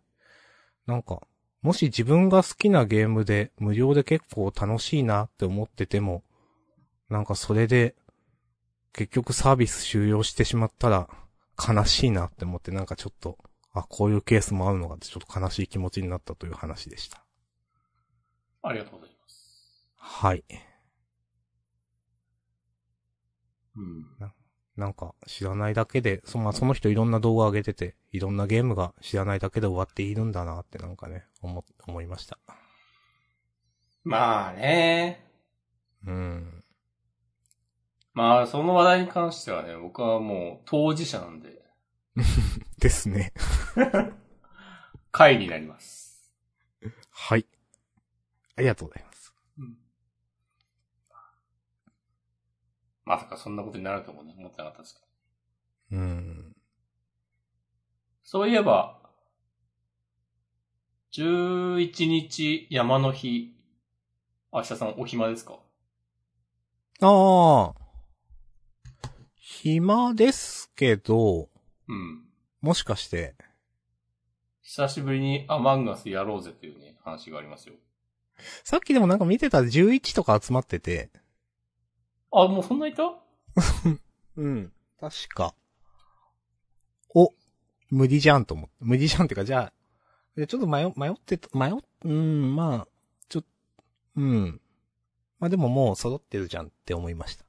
Speaker 2: なんか、もし自分が好きなゲームで無料で結構楽しいなって思ってても、なんかそれで、結局サービス終了してしまったら悲しいなって思ってなんかちょっと、あ、こういうケースもあるのかってちょっと悲しい気持ちになったという話でした。
Speaker 1: ありがとうございます。
Speaker 2: はい。
Speaker 1: うん。
Speaker 2: なんか知らないだけで、そ,、まあ、その人いろんな動画上げてて、いろんなゲームが知らないだけで終わっているんだなってなんかね、思、思いました。
Speaker 1: まあね。
Speaker 2: うん。
Speaker 1: まあ、その話題に関してはね、僕はもう当事者なんで、
Speaker 2: ですね。
Speaker 1: 回になります。
Speaker 2: はい。ありがとうございます。
Speaker 1: まさかそんなことになるともね、思ってなかったですけど。
Speaker 2: うん。
Speaker 1: そういえば、11日山の日、明日さんお暇ですか
Speaker 2: ああ。暇ですけど、
Speaker 1: うん。
Speaker 2: もしかして、
Speaker 1: 久しぶりにアマンガスやろうぜというね、話がありますよ。
Speaker 2: さっきでもなんか見てたら11とか集まってて、
Speaker 1: あ、もうそんないた
Speaker 2: うん。確か。お、無理じゃんと思って。無理じゃんってか、じゃあ、でちょっと迷、迷ってた、迷っ、うん、まあ、ちょ、うん。まあでももう揃ってるじゃんって思いました。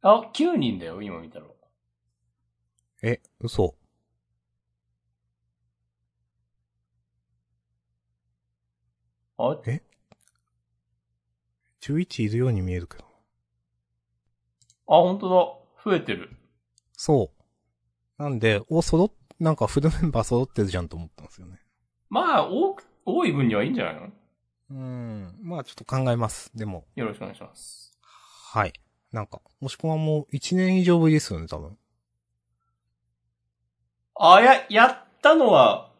Speaker 1: あ、9人だよ、今見たら。
Speaker 2: え、嘘。
Speaker 1: あ
Speaker 2: え11いるように見えるけど。
Speaker 1: あ、本当だ。増えてる。
Speaker 2: そう。なんで、お、揃っ、なんかフルメンバー揃ってるじゃんと思ったんですよね。
Speaker 1: まあ、多く、多い分にはいいんじゃないの
Speaker 2: うん。まあちょっと考えます。でも、
Speaker 1: よろしくお願いします。
Speaker 2: はい。なんか、もしくはもう1年以上ぶりですよね、多分。
Speaker 1: あ、や、やったのは、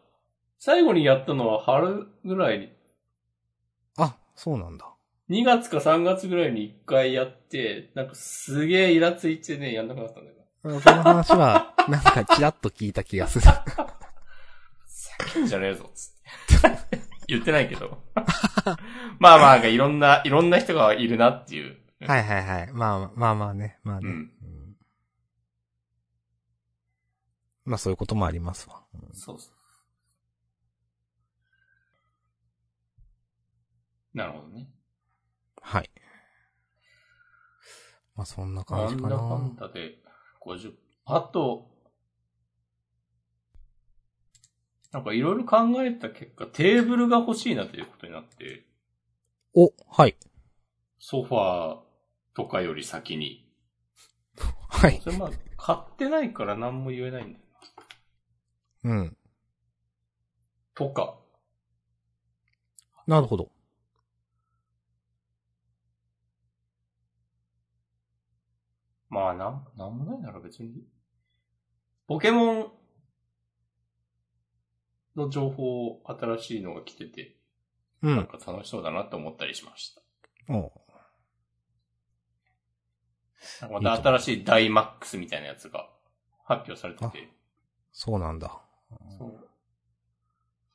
Speaker 1: 最後にやったのは春ぐらいに、
Speaker 2: あ、そうなんだ。
Speaker 1: 2月か3月ぐらいに1回やって、なんかすげえイラついてね、やんなくなったんだよな。
Speaker 2: その話は、 なんかちらっと聞いた気がする。
Speaker 1: 叫んじゃねえぞ、つって。 言ってないけど。 まあまあ、なんかいろんな、いろんな人がいるなっていう。
Speaker 2: はいはいはい。まあまあまあね。まあ
Speaker 1: う
Speaker 2: ね。
Speaker 1: ん。
Speaker 2: うんまあそういうこともありますわ。うん
Speaker 1: そうそう。なるほどね。
Speaker 2: はい。まあそんな
Speaker 1: な
Speaker 2: 感じ
Speaker 1: ん
Speaker 2: か
Speaker 1: だ
Speaker 2: な。
Speaker 1: かんだで、50。あと、なんかいろいろ考えた結果、テーブルが欲しいなということになって、
Speaker 2: お、はい。
Speaker 1: ソファーとかより先に。
Speaker 2: はい。
Speaker 1: それまあ、買ってないから何も言えないんだよ。
Speaker 2: うん。
Speaker 1: とか。
Speaker 2: なるほど。
Speaker 1: まあ、なん、なんもないなら別に。ポケモンの情報、新しいのが来てて、
Speaker 2: う
Speaker 1: なん
Speaker 2: ん。
Speaker 1: か楽しそうだなと思ったりしました。
Speaker 2: お
Speaker 1: なんかまた新しいダイマックスみたいなやつが発表されてて、
Speaker 2: そうなんだ。
Speaker 1: そう。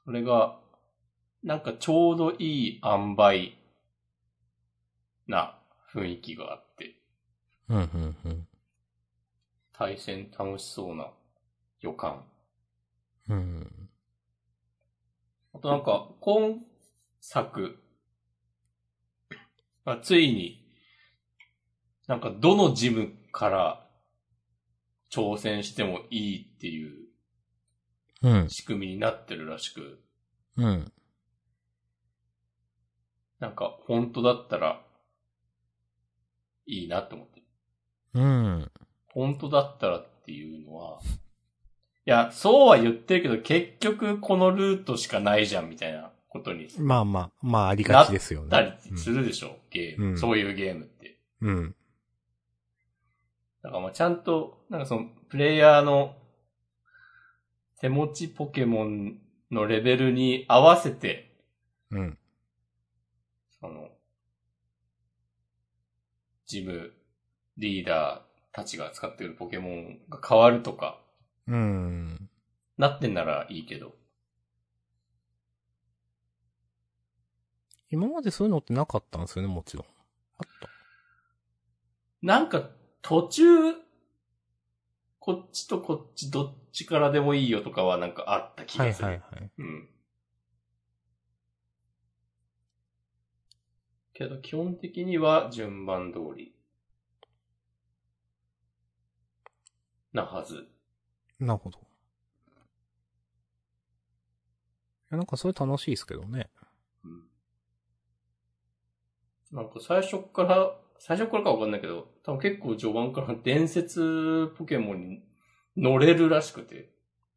Speaker 1: それが、なんかちょうどいい塩梅な雰囲気があって、
Speaker 2: うん、うん、うん。
Speaker 1: 対戦楽しそうな予感。
Speaker 2: うん。
Speaker 1: あとなんか、今作、まあ、ついに、なんかどのジムから挑戦してもいいっていう
Speaker 2: うん。
Speaker 1: 仕組みになってるらしく、
Speaker 2: うん。
Speaker 1: なんか本当だったらいいなって思って。
Speaker 2: うん。
Speaker 1: 本当だったらっていうのは、いや、そうは言ってるけど結局このルートしかないじゃんみたいなことに
Speaker 2: まあまあ、まあありがちですよ
Speaker 1: な
Speaker 2: ね
Speaker 1: っ。たりするでしょ、ゲーム、
Speaker 2: うん
Speaker 1: そういうゲームって。
Speaker 2: うん。
Speaker 1: だからまあちゃんと、なんかその、プレイヤーの手持ちポケモンのレベルに合わせて、
Speaker 2: うん。
Speaker 1: その、ジム、リーダーたちが使っているポケモンが変わるとか、
Speaker 2: うん。
Speaker 1: なってんならいいけど。
Speaker 2: 今までそういうのってなかったんですよね、もちろん。あっ
Speaker 1: なんか、途中、こっちとこっちどっちからでもいいよとかはなんかあった気
Speaker 2: た。はい
Speaker 1: がする。
Speaker 2: はいはい。
Speaker 1: うん。けど基本的には順番通り。なはず。
Speaker 2: なるほど。いや、なんかそれ楽しいですけどね。
Speaker 1: なんか最初から、最初からかわかんないけど、多分結構序盤から伝説ポケモンに乗れるらしくて、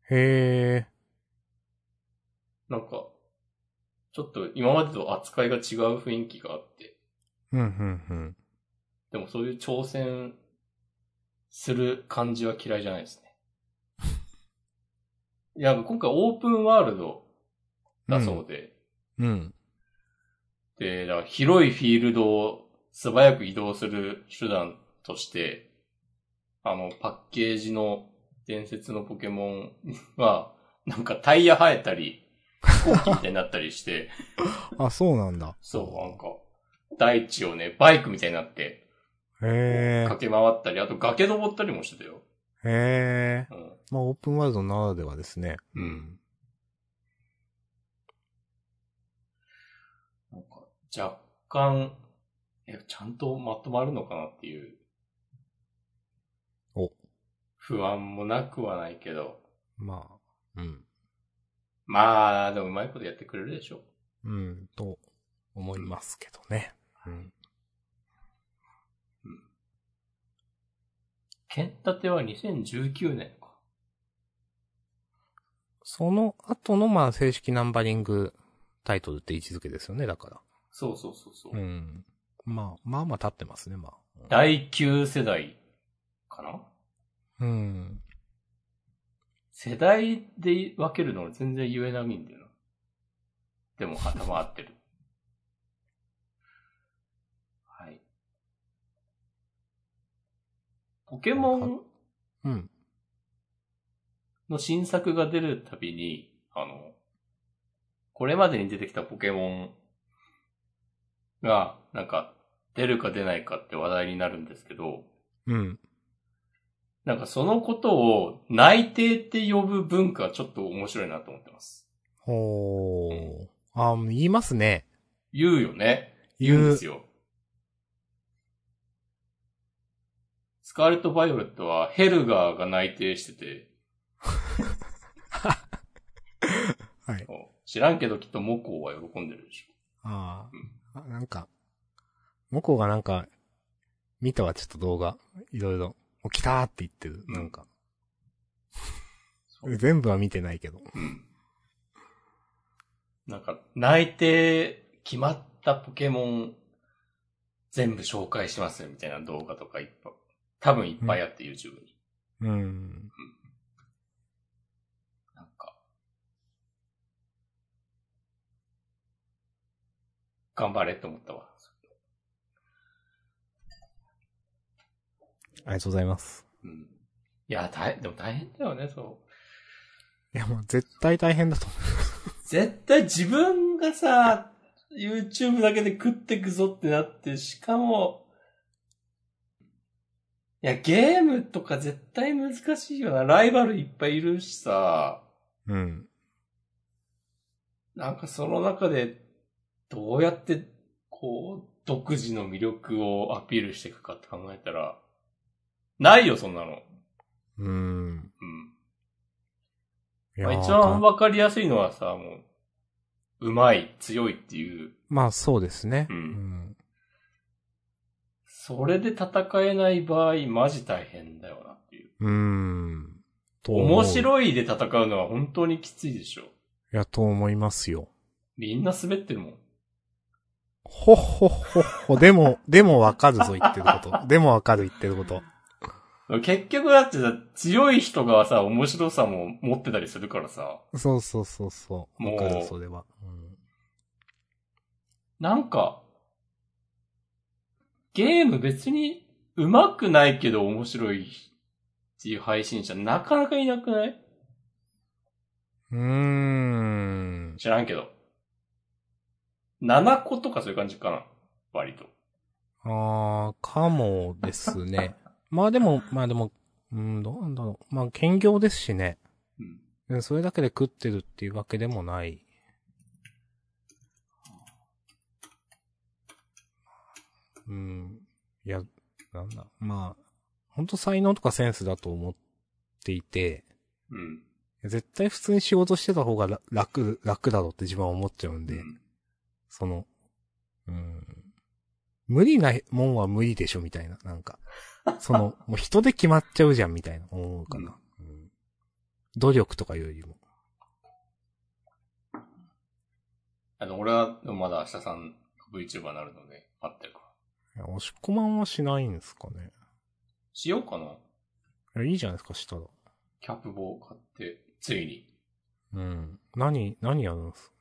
Speaker 2: へえ。
Speaker 1: なんか、ちょっと今までと扱いが違う雰囲気があって、
Speaker 2: うん、うん、うん。
Speaker 1: でもそういう挑戦する感じは嫌いじゃないですね。 いや、今回オープンワールドだそうで、
Speaker 2: うん。
Speaker 1: で、だから広いフィールドを素早く移動する手段として、あの、パッケージの伝説のポケモンは、なんかタイヤ生えたり、飛行機みたいになったりして、
Speaker 2: あ、そうなんだ。
Speaker 1: そう、なんか、大地をね、バイクみたいになって、
Speaker 2: へ
Speaker 1: 駆け回ったり、あと崖登ったりもしてたよ。
Speaker 2: え。へえ。
Speaker 1: うん。
Speaker 2: まあ、オープンワールドならではですね。
Speaker 1: うん。なんか、若干、え、ちゃんとまとまるのかなっていう。
Speaker 2: お
Speaker 1: 不安もなくはないけど。
Speaker 2: まあ、うん。
Speaker 1: まあ、でもうまいことやってくれるでしょ。
Speaker 2: うん、と思いますけどね。うん。
Speaker 1: 剣立ては2019年か。
Speaker 2: その後の、まあ、正式ナンバリングタイトルって位置づけですよね、だか
Speaker 1: そうそうそうそう。
Speaker 2: ら。うん。まあ、まあまあ立ってますね、まあ。
Speaker 1: 第9世代かな
Speaker 2: うん。
Speaker 1: 世代で分けるの全然言えないんだよな。でも頭合ってる。はい。ポケモン
Speaker 2: うん。
Speaker 1: の新作が出るたびに、あの、これまでに出てきたポケモンが、なんか、出るか出ないかって話題になるんですけど、
Speaker 2: うん。
Speaker 1: なんかそのことを内定って呼ぶ文化はちょっと面白いなと思ってます。
Speaker 2: ほー。あ、言いますね。
Speaker 1: 言うよね。言
Speaker 2: 言
Speaker 1: うん
Speaker 2: う。
Speaker 1: ですよ。スカーレット・バイオレットはヘルガーが内定してて、
Speaker 2: はい。
Speaker 1: 知らんけどきっとモコウは喜んでるでしょ。
Speaker 2: あーあ。なんか、向こうがなんか、見たわ、ちょっと動画。いろいろ。お来たーって言ってる。
Speaker 1: うん
Speaker 2: なんか。
Speaker 1: そう
Speaker 2: 全部は見てないけど。
Speaker 1: うん。なんか、内定決まったポケモン全部紹介しますみたいな動画とかいっぱい、多分いっぱいあって、YouTube に。
Speaker 2: うん。
Speaker 1: なんか、頑張れって思ったわ。
Speaker 2: ありがとうございます。
Speaker 1: うん。いや、大、でも大変だよね、そう。
Speaker 2: いや、もう絶対大変だと思
Speaker 1: 絶対自分がさ、YouTube だけで食ってくぞってなって、しかも、いや、ゲームとか絶対難しいよな。ライバルいっぱいいるしさ、
Speaker 2: う。うん。
Speaker 1: なんかその中で、どうやって、こう、独自の魅力をアピールしていくかって考えたら、ないよ、そんなの。
Speaker 2: うん。
Speaker 1: うん。
Speaker 2: い
Speaker 1: まあ、
Speaker 2: ー
Speaker 1: 一番わかりやすいのはさ、もう、うまい、強いっていう、
Speaker 2: まあそうですね。
Speaker 1: うん
Speaker 2: ん
Speaker 1: それで戦えない場合、マジ大変だよなっていう。
Speaker 2: うーん。と思う
Speaker 1: 面
Speaker 2: い。
Speaker 1: 白いで戦うのは本当にきついでしょ。
Speaker 2: いや、と思いますよ。
Speaker 1: みんな滑ってるもん。
Speaker 2: ほっほっほっほ。でも、でもわかるぞ、言ってること。でもわかる、言ってること。
Speaker 1: 結局だってさ、強い人がさ、面白さも持ってたりするからさ、
Speaker 2: そうそうそうそう。
Speaker 1: も
Speaker 2: わ
Speaker 1: う
Speaker 2: かる、それは。うん
Speaker 1: なんか、ゲーム別に上手くないけど面白いっていう配信者なかなかいなくない
Speaker 2: うーん。
Speaker 1: 知らんけど。7個とかそういう感じかな割と。
Speaker 2: あー、かもですね。 まあでも、まあでも、うん、どうなんだろう。まあ、兼業ですしね。
Speaker 1: うん。
Speaker 2: でそれだけで食ってるっていうわけでもない。うん。いや、なんだ。まあ、ほんと才能とかセンスだと思っていて、
Speaker 1: うん。
Speaker 2: 絶対普通に仕事してた方が楽楽、楽だろうって自分は思っちゃうんで、
Speaker 1: うん
Speaker 2: その、うん。無理なもんは無理でしょみたいな、なんか。そ の、もう人で決まっちゃうじゃんみたいな思うかな。うん努力とかよりも。
Speaker 1: あの、俺は、まだ明日さん VTuber になるので、待ってるから。
Speaker 2: いや押し込まんはしないんですかね。
Speaker 1: しようかない
Speaker 2: や、いいじゃないですか、したら。
Speaker 1: キャップ棒買って、ついに。
Speaker 2: うん。何、何やるんです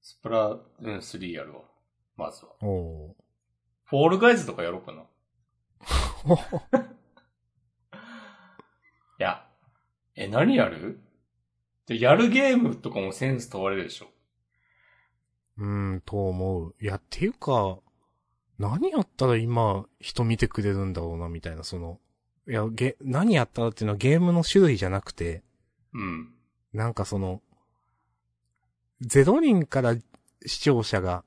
Speaker 1: スプラトゥーン3やるわ。まずは。
Speaker 2: おお
Speaker 1: フォールガイズとかやろうかな。い
Speaker 2: ー。
Speaker 1: や。え、何やるでやるゲームとかもセンス問われるでしょ。
Speaker 2: うん、と思う。いや、っていうか、何やったら今、人見てくれるんだろうな、みたいな、その、いや、ゲ、何やったらっていうのはゲームの種類じゃなくて、
Speaker 1: うん。
Speaker 2: なんかその、0人から視聴者が、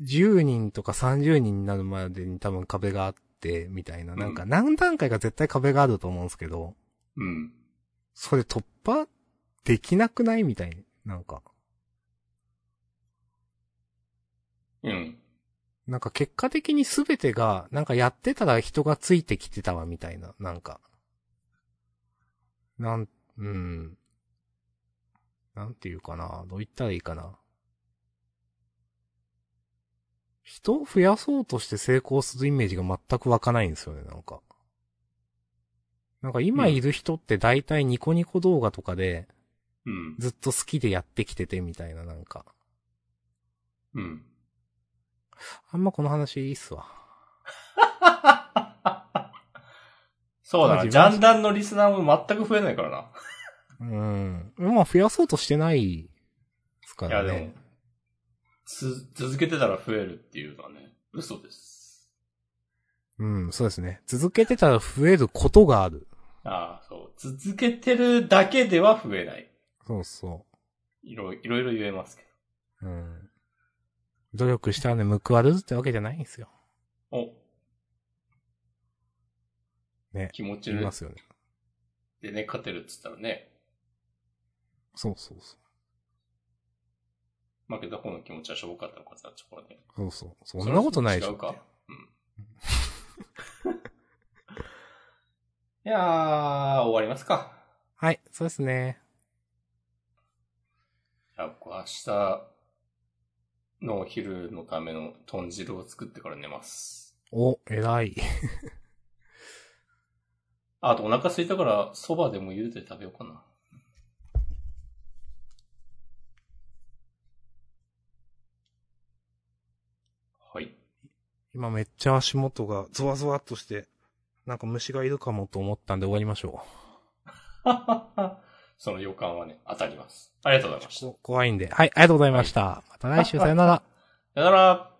Speaker 2: 10人とか30人になるまでに多分壁があって、みたいな、なんか何段階か絶対壁があると思うんですけど、
Speaker 1: うん。
Speaker 2: それ突破できなくないみたいな。なんか。
Speaker 1: うん。
Speaker 2: なんか結果的に全てが、なんかやってたら人がついてきてたわみたいな。なんか。なん、うん。なんていうかな。どう言ったらいいかな。人を増やそうとして成功するイメージが全く湧かないんですよね、なんか。なんか今いる人って大体ニコニコ動画とかで、
Speaker 1: うん。
Speaker 2: ずっと好きでやってきててみたいな、なんか。
Speaker 1: うん。
Speaker 2: あんまこの話いいっすわ。
Speaker 1: そうだ
Speaker 2: ま
Speaker 1: な。
Speaker 2: あ自分
Speaker 1: ジャンダンのリスナーも全く増えないからな。
Speaker 2: うん。まあ増やそうとしてないですか
Speaker 1: い
Speaker 2: ら
Speaker 1: や
Speaker 2: ね。
Speaker 1: でも、つ、続けてたら増えるっていうのはね、嘘です。
Speaker 2: うん、そうですね。続けてたら増えることがある。
Speaker 1: ああ、そう。続けてるだけでは増えない。
Speaker 2: そうそ
Speaker 1: いろいろいろ言えますけ
Speaker 2: う。うん。努力したらね、報われるってわけじゃないんですよ。
Speaker 1: ど。お、
Speaker 2: ね。
Speaker 1: 気持ち
Speaker 2: 言いますよね。
Speaker 1: でね、勝てるっつったらね、
Speaker 2: そうそうそ
Speaker 1: 負けた方の気持ちはしょぼかったのかってなっちゃうからね。
Speaker 2: う。そうそう。そんなことないでし
Speaker 1: 違
Speaker 2: ょ
Speaker 1: う。か。うん。 いやー、終わりますか。
Speaker 2: はい、そうですね。
Speaker 1: いや僕明日のお昼のための豚汁を作ってから寝ます。
Speaker 2: お、偉い。
Speaker 1: ああとお腹空いたから蕎麦でも茹でて食べようかな。はい。
Speaker 2: 今めっちゃ足元がゾワゾワっとして、なんか虫がいるかもと思ったんで終わりましょ
Speaker 1: その予感はね、当たります。ありがとうございました。
Speaker 2: う。怖いんで。はい、ありがとうございました。また来週、さよなら。
Speaker 1: さよなら。